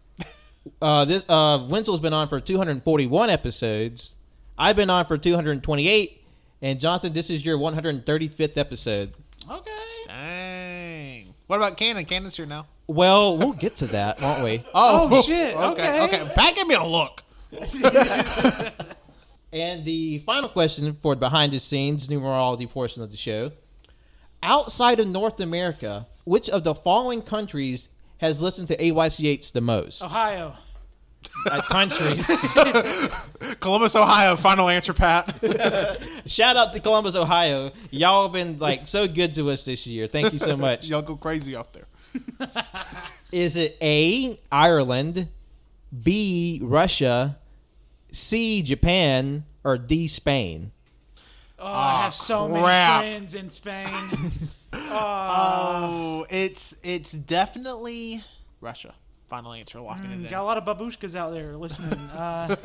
Uh, this uh, Wenzel's been on for 241 episodes. I've been on for 228. And Jonathan, this is your 135th episode. Mm, Okay. dang, what about Cannon? Cannon's here now. Well, we'll get to that, won't we? Oh, shit. Okay. okay, Pat, give me a look. And the final question for behind the scenes numerology portion of the show. Outside of North America, which of the following countries has listened to AYCH the most? Ohio. Uh, countries. Columbus, Ohio. Final answer, Pat. Shout out to Columbus, Ohio. Y'all been like so good to us this year. Thank you so much. Y'all go crazy out there. Is it A, Ireland, B, Russia, C, Japan, or D, Spain? Oh, I have so crap. many friends in Spain. Oh, it's it's definitely Russia. Final answer, locking Mm, it in. got a lot of babushkas out there listening. Uh,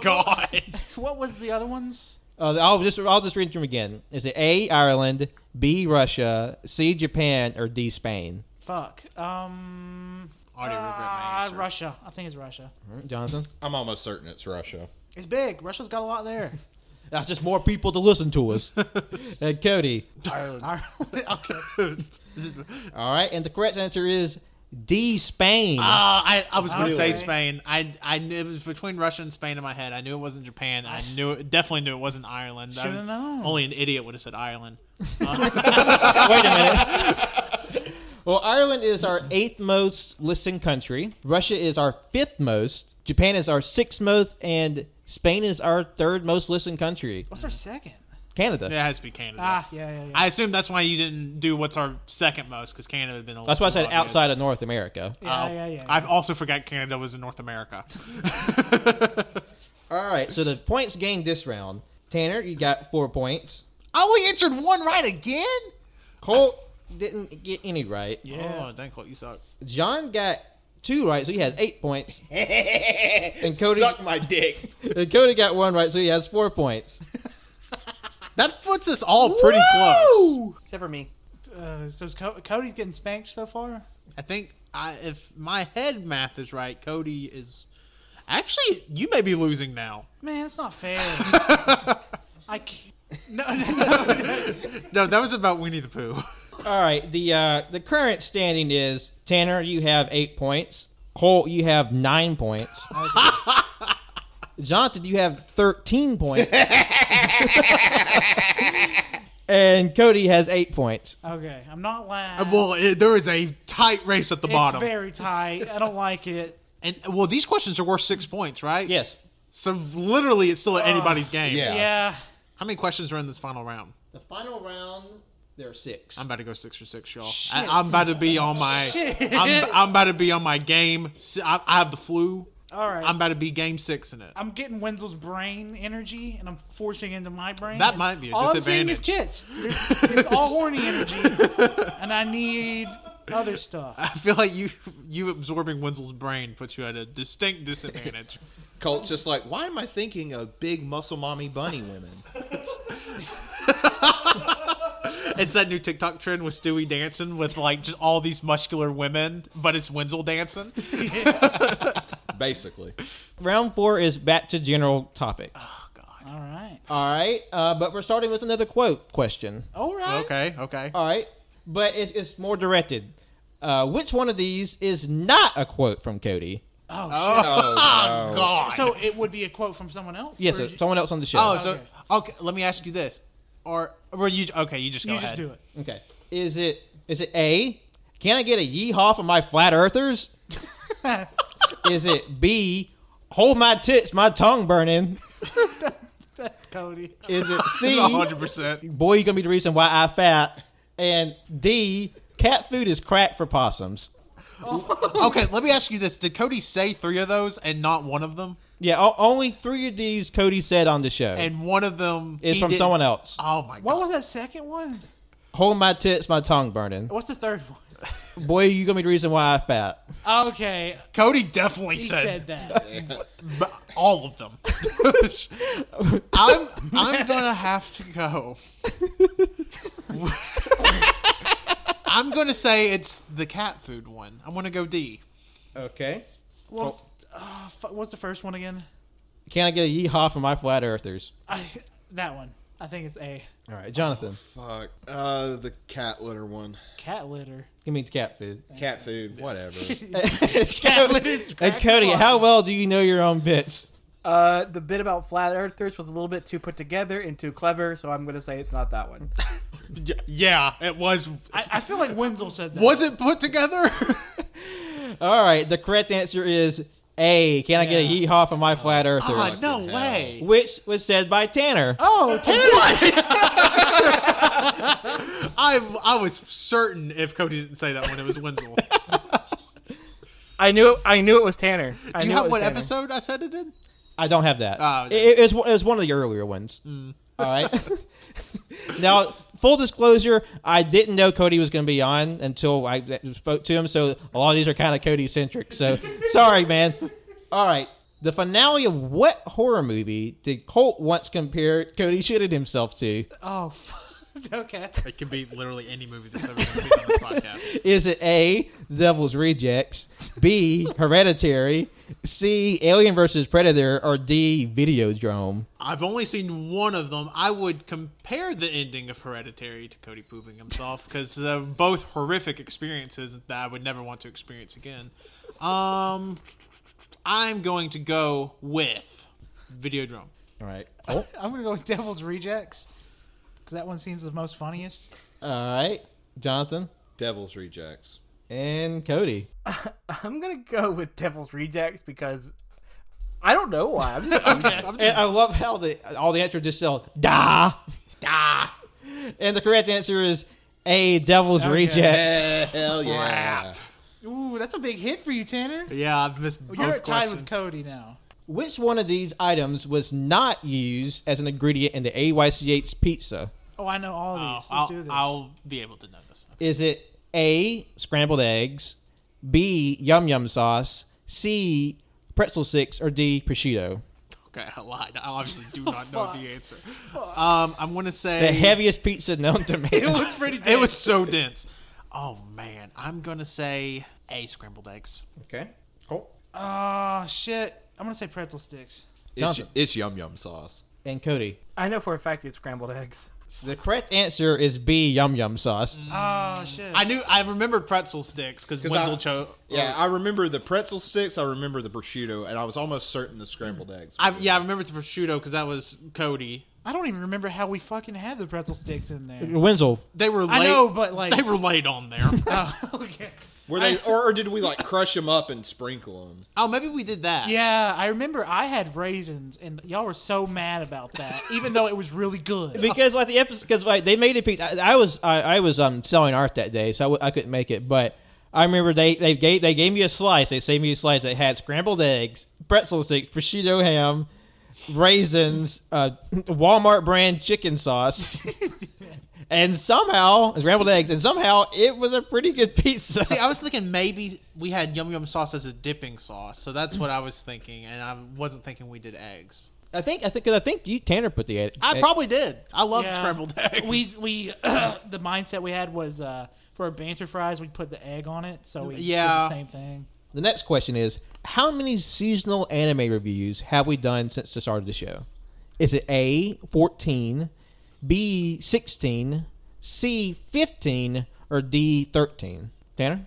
God. what was the other ones? Uh, I'll just I'll just read them again. Is it A, Ireland, B, Russia, C, Japan, or D, Spain? Fuck. Um, Already regret my uh, answer. Russia. I think it's Russia. Jonathan? I'm almost certain it's Russia. It's big. Russia's got a lot there. That's just more people to listen to us. and Cody. All right, and the correct answer is D Spain. Ah. Uh, I, I was going to say Really? Spain. I, I knew it was between Russia and Spain in my head. I knew it wasn't Japan. I knew it, definitely knew it wasn't Ireland. I Shoulda was- known. Only an idiot would have said Ireland. Wait a minute. Well, Ireland is our eighth most listened country. Russia is our fifth most. Japan is our sixth most, and Spain is our third most listened country. What's our second? Canada. It has to be Canada. Ah, yeah, yeah, yeah. I assume that's why you didn't do what's our second most because Canada had been. A That's why I said outside of North America. yeah, yeah, yeah, I've also forgot Canada was in North America. All right, so the points gained this round. Tanner, you got four points. I only answered one right again. Colt didn't get any right. Oh, dang, Colt, you suck. John got two right, so he has eight points. and Cody, Suck my dick. and Cody got one right, so he has four points. That puts us all pretty close. Except for me. Uh, so is Co- Cody's getting spanked so far. I think I, if my head math is right, Cody is actually you may be losing now. Man, that's not fair. I can't. No, No, that was about Winnie the Pooh. All right, the uh, the current standing is Tanner, you have eight points. Colt, you have nine points. Jonathan, you have thirteen points. and Cody has eight points. Okay, I'm not laughing. Uh, well, it, there is a tight race at the It's bottom, very tight. I don't like it. and well, these questions are worth six points, right? Yes, So literally, it's still at Uh, anybody's game. Yeah. Yeah. How many questions are in this final round? the final round there are six. I'm about to go six for six, y'all. I, I'm about to be on my. I'm, I'm about to be on my game. S- I, I have the flu. All right. I'm about to be game six in it. I'm getting Wenzel's brain energy and I'm forcing it into my brain. That And might be a all I'm seeing is disadvantage. tits. It's all horny energy, and I need other stuff. Ah. I feel like you you absorbing Wenzel's brain puts you at a distinct disadvantage. Colt's just like, why am I thinking of big muscle mommy bunny women? it's that new TikTok trend with Stewie dancing with like just all these muscular women, but it's Wenzel dancing. Basically. Round four is back to general topics. All right. All right, uh, but we're starting with another quote question. All right. Okay, okay. All right, but it's, it's more directed. Uh, which one of these is not a quote from Cody? Oh God. So it would be a quote from someone else. Yes, or sir, someone else on the show. oh, so okay. Let me ask you this, or were you okay? You just go You ahead. just do it. Okay. Is it is it A? Can I get a yeehaw from my flat earthers? is it B? Hold my tits, my tongue burning. Cody. Is it C? hundred percent. Boy, you gonna be the reason why I fat. And D. Cat food is crack for possums. Okay, let me ask you this: Did Cody say three of those and not one of them? Yeah, o- only three of these Cody said on the show And one of them is he from didn't- someone else. Oh my What God! was that second one? Hold my tits, my tongue burning. Oh. What's the third one? Boy, you gonna be the reason why I fat. Okay, Cody definitely he said, said that. b- all of them. I'm I'm gonna have to go. I'm gonna say it's the cat food one. I'm gonna go D. Okay. What's, uh, fu- what's the first one again? Can I get a yeehaw from my flat earthers? I, that one. I think it's a All right, Jonathan. Fuck. Uh, the cat litter one. cat litter. He means cat food. Cat food, whatever. Cat litter's And crack Cody, rock. how well do you know your own bits? Uh, the bit about flat earthers was a little bit too put together and too clever, so I'm gonna say it's not that one. yeah, it was. I, I feel like Wenzel said that. Was it put together? All right, the correct answer is A. Can I get a yeehaw from my flat earthers? oh, no way. Which was said by Tanner. Oh, Tanner. I I was certain if Cody didn't say that one, it was Wenzel. I knew I knew it was Tanner. I Do you knew it have was what Tanner. episode I said it in? I don't have that. Oh, okay. it, it, was, it was one of the earlier ones. All right. now, full disclosure, I didn't know Cody was going to be on until I th- spoke to him. So a lot of these are kind of Cody centric. So sorry, man. All right. The finale of what horror movie did Colt once compare Cody shitted himself to? Oh, f- okay. It could be literally any movie that's ever been seen on this podcast. Is it A, Devil's Rejects, B, Hereditary, C, Alien vs. Predator, or D, Videodrome? I've only seen one of them. I would compare the ending of Hereditary to Cody pooping himself because they're both horrific experiences that I would never want to experience again. Um, I'm going to go with Videodrome. All right. Colt? I'm gonna go with Devil's Rejects because that one seems the most funniest. All right. Jonathan Devil's rejects. and Cody. I'm gonna go with Devil's Rejects because I don't know why. I'm just, And I love how the all the answers just sell da da, and the correct answer is A, Devil's Rejects. Hell yeah. Ooh, that's a big hit for you, Tanner. Yeah, I've missed both You're tied questions. with Cody now. Which one of these items was not used as an ingredient in the AYCH pizza? Oh, I know all Oh, of these. Let's do I'll, this. I'll be able to know this. Is it A, scrambled eggs, B, yum yum sauce, C, pretzel sticks, or D, prosciutto? Okay, I lied. I obviously Oh, do not know the answer. Um, I'm going to say The heaviest pizza known to man. was pretty. Dense. It was so dense. Oh man, I'm gonna say a scrambled eggs. Okay. Cool. Oh shit! I'm gonna say pretzel sticks. It's, Jonathan. it's yum yum sauce. and Cody. I know for a fact it's scrambled eggs. The correct answer is B, yum yum sauce. Oh shit! Mm. I knew I remembered pretzel sticks because I- Wenzel chose. Yeah, I remember the pretzel sticks. I remember the prosciutto, and I was almost certain the scrambled eggs. I, yeah, I remember the prosciutto because that was Cody. I don't even remember how we fucking had the pretzel sticks in there. Wenzel, They were. Late. I know, but like, they were late on there. oh, okay. Were they, or, or did we like crush them up and sprinkle them? oh, maybe we did that. Yeah, I remember I had raisins, and y'all were so mad about that, even though it was really good. because like the episode because like they made a pizza. I, I was I, I was um selling art that day, so I w- I couldn't make it. But I remember they they gave they gave me a slice. They saved me a slice that had scrambled eggs, pretzel sticks, prosciutto ham, raisins, uh, Walmart brand chicken sauce, and somehow it's scrambled eggs, and somehow it was a pretty good pizza. See, I was thinking maybe we had yum yum sauce as a dipping sauce, so that's what I was thinking, and I wasn't thinking we did eggs. I think I think 'cause I think you Tanner put the egg. I probably did. I love Yeah. scrambled eggs. We we the mindset we had was uh, for our banter fries we put the egg on it, so we Yeah. did the same thing. The next question is: How many seasonal anime reviews have we done since the start of the show? Is it A fourteen, B sixteen, C fifteen, or D thirteen? Tanner,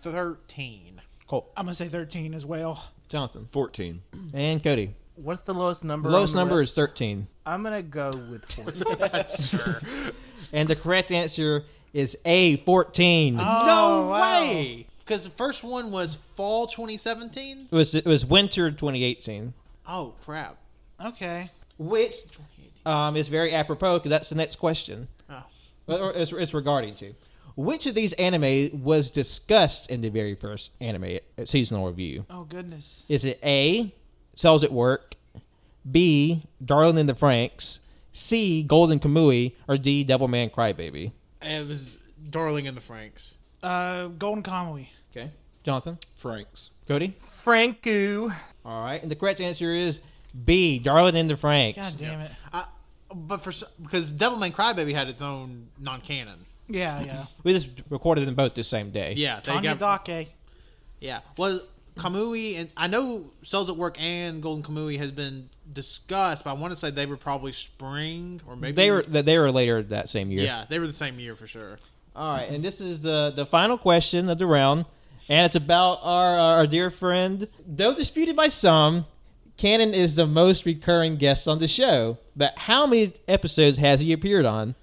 thirteen. I'm gonna say 13 as well. Jonathan, 14. and Cody. What's the lowest number? Lowest on the number list? is thirteen, I'm gonna go with four. and the correct answer is A fourteen. Oh. no way! Because the first one was fall 2017. It was it was winter 2018, Oh crap! Okay, which um, is very apropos because that's the next question. Oh. But or It's, it's regarding to which of these anime was discussed in the very first anime uh, seasonal review? oh goodness, Is it A, Cells at Work, B, Darling in the Franks, C, Golden Kamui, or D, Devilman Crybaby? It was Darling in the Franks. uh, Golden Kamui. Okay, Jonathan, Franks. Cody. Franku. All right, and the correct answer is B, Darling in the Franks. God damn it. I, but for s- because Devilman Crybaby had its own non-canon. Yeah, yeah. We just recorded them both the same day. Yeah, they Tanya got Dake. yeah. Well, Kamui and I know Cells at Work and Golden Kamui has been discussed, but I want to say they were probably spring or maybe They were they were later that same year. Yeah, they were the same year for sure. All right, and this is the the final question of the round, and it's about our our dear friend, though disputed by some. Cannon is the most recurring guest on the show, but how many episodes has he appeared on?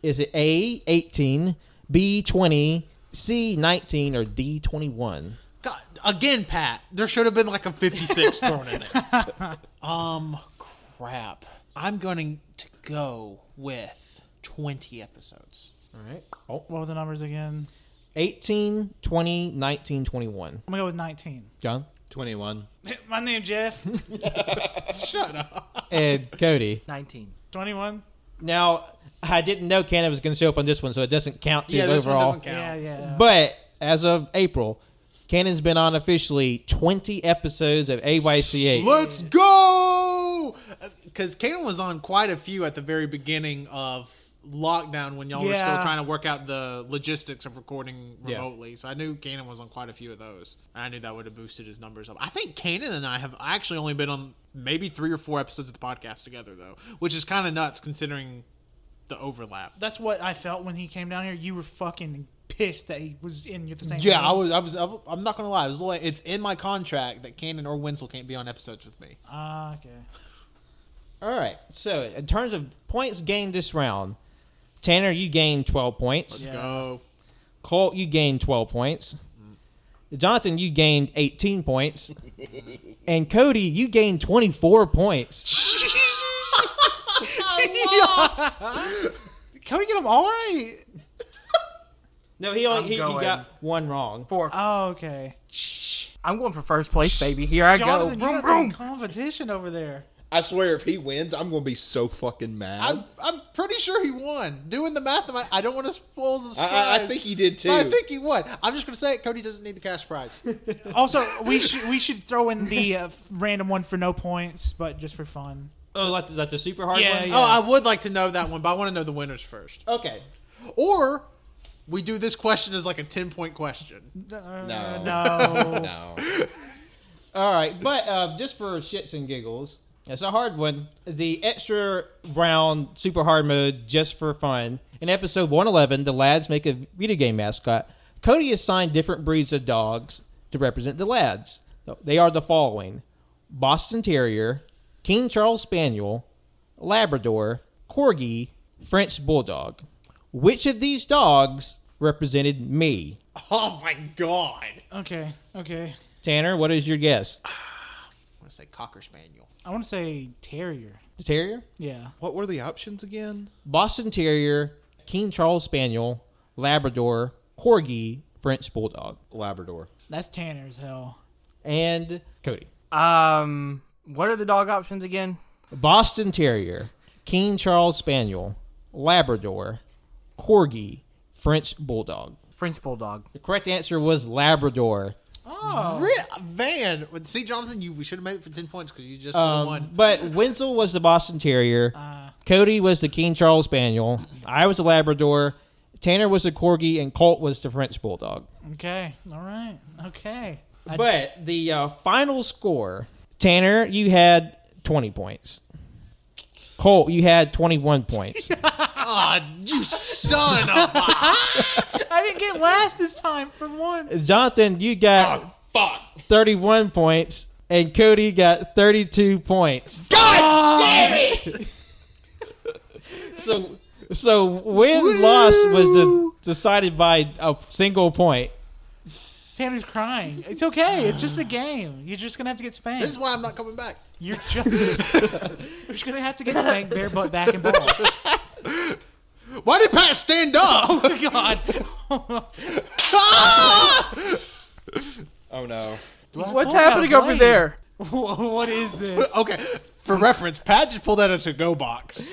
Is it A eighteen, B twenty, C nineteen, or D twenty one? God, again, Pat, there should have been like a 56 thrown in there. Um, crap. I'm going to go with 20 episodes. All right, oh. What were the numbers again? 18, 20, 19, 21. I'm gonna go with 19. John 21. My name Jeff. and Cody. Nineteen. 21. Now I didn't know Cannon was going to show up on this one, so it doesn't count to yeah, his this overall. one doesn't Yeah, count. yeah. But as of April, Cannon's been on officially 20 episodes of AYCA. Let's go! Because Kanan was on quite a few at the very beginning of lockdown when y'all were Yeah. still trying to work out the logistics of recording Yeah. remotely. So I knew Kanan was on quite a few of those. I knew that would have boosted his numbers up. I think Kanan and I have actually only been on maybe three or four episodes of the podcast together, though, which is kind of nuts considering the overlap. That's what I felt when he came down here. You were fucking pissed that he was in you the same. Yeah, room. I was, I was, I was- I'm not gonna lie. It was like, it's in my contract that Kanan or Wenzel can't be on episodes with me. Ah, okay. All right. So, in terms of points gained this round, Tanner, you gained 12 points. Yeah. Go. Colt, you gained 12 points. Jonathan, you gained 18 points. and Cody, you gained 24 points. Can we get him all right? No, he I'm only he, he going- got one wrong. Four. Oh, okay. I'm going for first place, baby. Here I Jonathan, go. you Vroom, got some vroom. competition over there. I swear, if he wins, I'm going to be so fucking mad. I'm, I'm pretty sure he won. Doing the math, I, I don't want to spoil the I, surprise. I, I think he did too. But I think he won. I'm just gonna say it. Cody doesn't need the cash prize. Also, we should we should throw in the uh, random one for no points, but just for fun. Oh, like the, like the super hard Yeah, one? yeah. Oh, I would like to know that one, but I want to know the winners first. Okay. Or we do this question as like a ten point question. no. No. No. All right, but uh, just for shits and giggles, it's a hard one. The extra round, super hard mode, just for fun. In episode 111, the lads make a video game mascot. Cody assigned different breeds of dogs to represent the lads. They are the following Boston Terrier, King Charles Spaniel, Labrador, Corgi, French Bulldog. Which of these dogs represented me? Oh my god! I'm Okay. Okay. Tanner, what is your guess? gonna say cocker spaniel. I want to say terrier. The Terrier? Yeah. What were the options again? Boston Terrier, King Charles Spaniel, Labrador, Corgi, French Bulldog, Labrador. That's Tanner as hell. and Cody. Um, what are the dog options again? Boston Terrier, King Charles Spaniel, Labrador, corgi, French bulldog. French bulldog. The correct answer was Labrador. Re- man, but see, Jonathan, you we should have made it for ten points because you just Um, won. but Wenzel was the Boston Terrier. Cody was the King Charles Spaniel. I was the Labrador. Tanner was the Corgi, and Colt was the French Bulldog. Okay. All right. Okay. I- But the uh, final score, Tanner, you had 20 points. Colt, you had 21 points. You son of a I didn't get last this time for once. Jonathan, you got Oh, 31 points, and Cody got 32 points. God damn it! so, so win loss was de- decided by a single point. Tanner's crying. It's okay. It's just a game. You're just gonna have to get spanked. This is why I'm not coming back. You're just you're just gonna have to get spanked bare butt back and balls. Why did Pat stand up? Oh God. Oh no. What's happening over there? what is this? okay, for reference, Pat just pulled out a to-go box.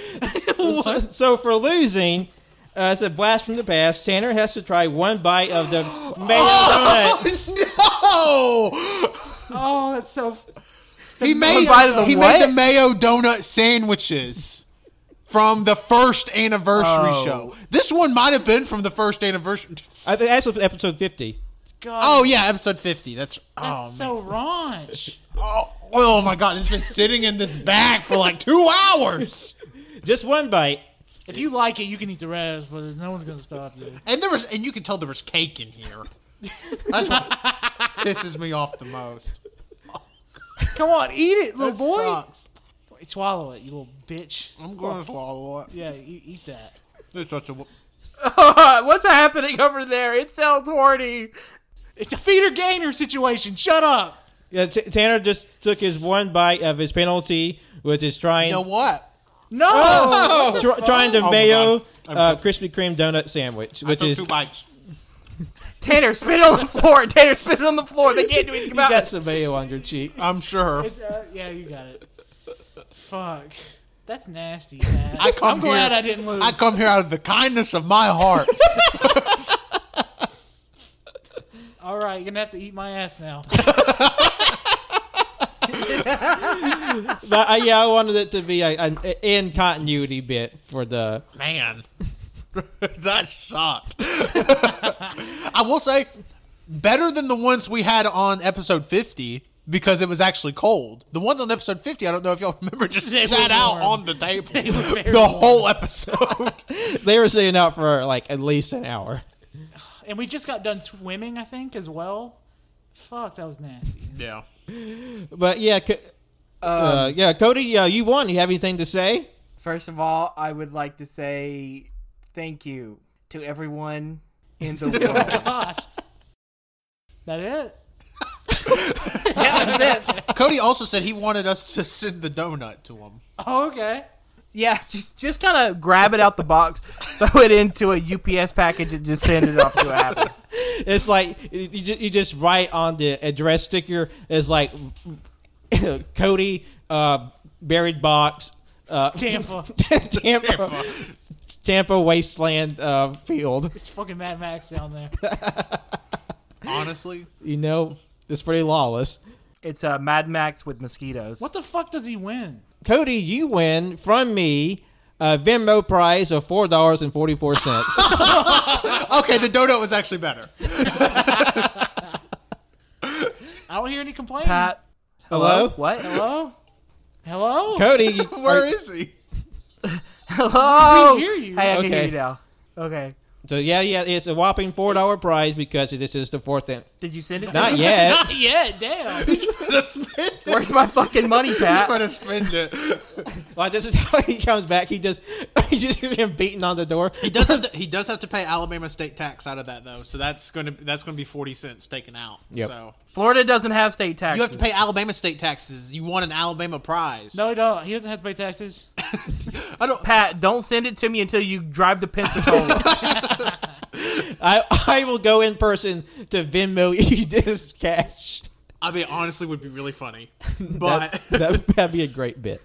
So, so for losing, uh, it's a blast from the past. Tanner has to try one bite of the mayo donut. Oh, Oh, that's so. he made bite of the he what? made the mayo donut sandwiches from the first anniversary Oh. show. This one might have been from the first anniversary. I think that's episode fifty. God, Oh yeah, episode fifty. That's oh that's man. so raunch. Oh, oh my god, it's been sitting in this bag for like two hours. Just one bite. If you like it, you can eat the rest, but no one's gonna stop you. And there was, and you can tell there was cake in here. That's what pisses me off the most. Come on, eat it, little That boy. sucks. Swallow it, you little bitch. I'm going to swallow it. Yeah, you eat that. It's such a. w- What's happening over there? It sounds horny. It's a feeder gainer situation. Shut up. Yeah, Uh, T- Tanner just took his one bite of his penalty, which is trying You know what? No. tr- trying to Oh my mayo God. uh, Krispy Kreme donut sandwich, I which took is two bites. Tanner, spit it on the floor. Tanner, spit it on the floor. They can't do anything you about got it. some mayo on your cheek. I'm sure. It's, uh, yeah, you got it. Fuck. That's nasty, man. I come I'm glad here- I didn't lose. I come here out of the kindness of my heart. All right, you're gonna have to eat my ass now. But uh, yeah, I wanted it to be a, an in continuity bit for the. Man, that sucked. I will say, better than the ones we had on episode 50 because it was actually cold. The ones on episode 50, I don't know if y'all remember, just sat out on the table were very the whole episode. They were sitting out for like at least an hour. and we just got done swimming, I think, as well. Fuck, that was nasty. yeah. But yeah, co- uh, yeah, Cody, uh, you won. You have anything to say? First of all, I would like to say thank you to everyone in the world. Gosh. that it? yeah, that's it. Cody also said he wanted us to send the donut to him. Oh, okay. Yeah, just just kind of grab it out the box, throw it into a UPS package, and just send it off to what happens. It's like you just, you just write on the address sticker is like Cody uh, buried box uh, Tampa. Tampa, Tampa wasteland uh, field. it's fucking Mad Max down there. Honestly, You know, it's pretty lawless. It's uh, Mad Max with mosquitoes. What the fuck does he win? Cody, you win from me a Venmo prize of four dollars and forty four cents. okay, the donut was actually better. I don't hear any complaining. Pat? Hello? What? Hello? Hello? Cody, Where are- is he? Hello. We hear you. Hey, I can hear Okay. you now. Okay. so yeah, yeah, it's a whopping four dollar prize because this is the fourth. And- Did you send it? to Not me? yet. yeah, damn. Where's my fucking money, Pat? Where to spend it? Like this is how he comes back. He just he just hears him beating on the door. He does have to. He does have to pay Alabama state tax out of that though, so that's gonna that's gonna be forty cents taken out. Yep. So Florida doesn't have state taxes. you have to pay Alabama state taxes. You want an Alabama prize? No, he don't. He doesn't have to pay taxes. I don't. Pat, don't send it to me until you drive to Pensacola. I I will go in person to Venmo you this cash. I mean, honestly, would be really funny, but That, that'd be a great bit.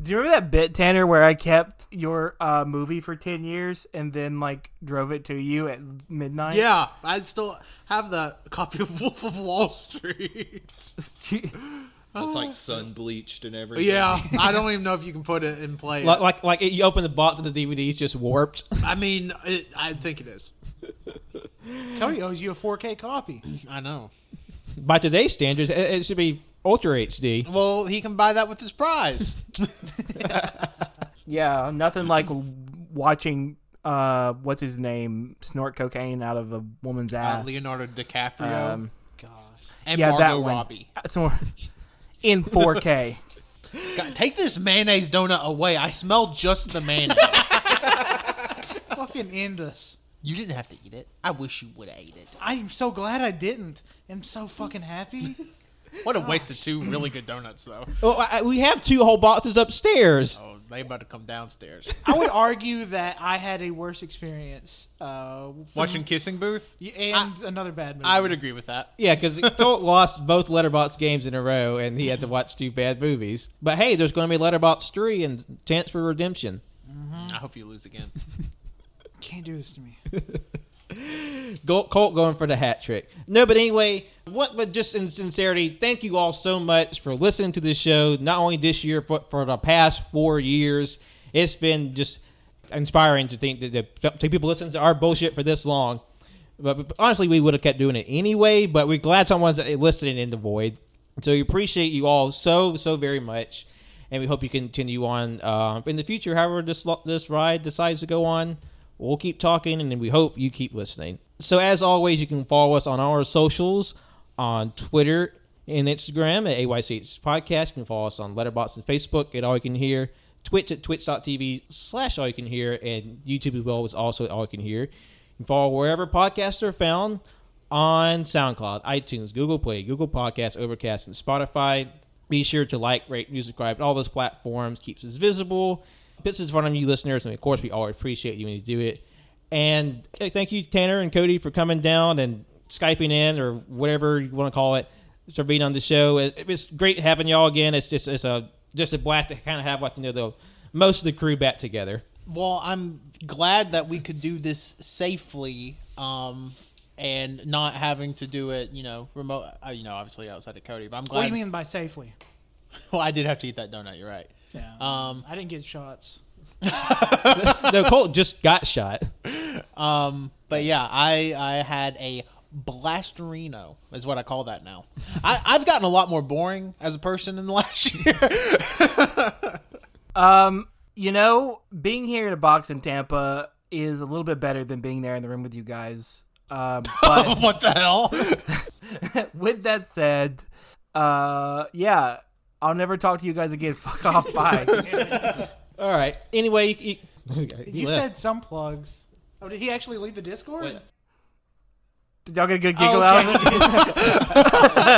Do you remember that bit, Tanner, where I kept your uh, movie for ten years and then like drove it to you at midnight? Yeah, I still have the copy of Wolf of Wall Street. It's like sun bleached and everything. yeah, I don't even know if you can put it in play. Like, like, like it, you open the box and the DVD's just warped. I mean, it, I think it is. Cody owes you a 4K copy. I know. By today's standards, it, it should be Ultra HD. Well, he can buy that with his prize. Yeah, nothing like w- watching uh, what's his name snort cocaine out of a woman's Uh, ass. Leonardo DiCaprio. Um, and yeah, that Margot one. Robbie. So- in 4K. God, take this mayonnaise donut away. I smell just the mayonnaise. Fucking end us. you didn't have to eat it. I wish you would have ate it. I'm so glad I didn't. I'm so fucking happy. What a waste of two really good donuts, though. Well, I, I- we have two whole boxes upstairs. Oh, they about to come downstairs. I would argue that I had a worse experience uh, from- Watching Kissing Booth. and another bad movie. I would agree with that. Yeah, because Colt lost both Letterbox games in a row, and he had to watch two bad movies. But hey, there's going to be Letterbox three and chance for redemption. I hope you lose again. can't do this to me. Go- Colt going for the hat trick. No, but anyway, what? But just in sincerity, thank you all so much for listening to this show. Not only this year, but for the past four years, it's been just inspiring to think that, that that people listen to our bullshit for this long. But, but honestly, we would have kept doing it anyway. But we're glad someone's listening in the void. So we appreciate you all so so very much, and we hope you continue on uh, in the future. However, this lo- this ride decides to go on, we'll keep talking, and then we hope you keep listening. So as always, you can follow us on our socials on Twitter and Instagram at AYCH Podcast. You can follow us on Letterboxd and Facebook at All You Can Hear. Twitch at twitch.tv slash all you can hear and YouTube as well is also at all you can hear. You can follow wherever podcasts are found on SoundCloud, iTunes, Google Play, Google Podcasts, Overcast, and Spotify. Be sure to like, rate, and subscribe to all those platforms. Keeps us visible, puts us in front of you listeners, and of course, we always appreciate you when you do it. And hey, thank you, Tanner and Cody, for coming down and Skyping in or whatever you want to call it for being on the show. It, it's great having y'all again. It's just it's a just a blast to kind of have like you know the most of the crew back together. Well, I'm glad that we could do this safely, um, and not having to do it, you know, remote. Uh, you know, obviously outside of Cody, but I'm glad. What do you mean by safely? Oh, Well, I did have to eat that donut. You're right. Yeah. Um, I didn't get shots. no, Colt just got shot. Um, but yeah, I I had a blasterino is what I call that now. I, I've gotten a lot more boring as a person in the last year. you know, being here at a box in Tampa is a little bit better than being there in the room with you guys. Um, but what the hell? with that said, uh, yeah, I'll never talk to you guys again. Fuck off. Bye. All right. Anyway, you, you, You said some plugs. Oh, did he actually leave the Discord? Oh, Wait. Did y'all get a good giggle out of it?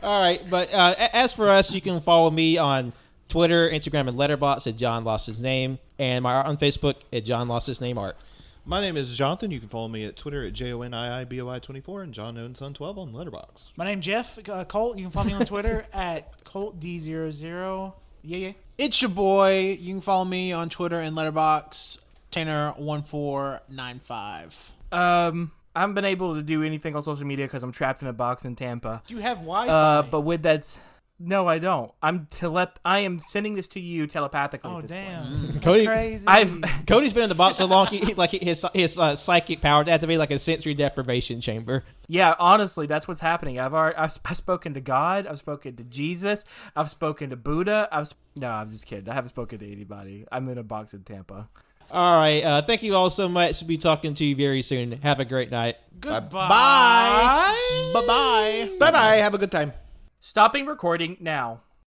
All right, but uh, a- as for us, you can follow me on Twitter, Instagram, and Letterbox at John Lost His Name, and my art on Facebook at John Lost His Name Art. My name is Jonathan. You can follow me at Twitter at J O N I I B O I 24 and John Owen Son 12 on Letterbox. My name's Jeff uh, Colt. You can follow me on Twitter at ColtD00. Yeah, yeah. It's your boy. You can follow me on Twitter and Letterbox Tanner one four nine five. Um, I haven't been able to do anything on social media because I'm trapped in a box in Tampa. Do you have Wi-Fi? Uh, but with that, s- no, I don't. I'm telep. I am sending this to you telepathically. oh at this point. damn, That's Cody- crazy. Mm. I've Cody's been in the box so long, he, he- like he- his his uh, psychic power had to be like a sensory deprivation chamber. yeah, honestly, that's what's happening. I've already I've, sp- I've spoken to God. I've spoken to Jesus. I've spoken to Buddha. I've sp- no, I'm just kidding. I haven't spoken to anybody. I'm in a box in Tampa. All right, uh, thank you all so much. We'll be talking to you very soon. Have a great night. Goodbye. Bye. Bye bye. Bye bye. Have a good time. Stopping recording now.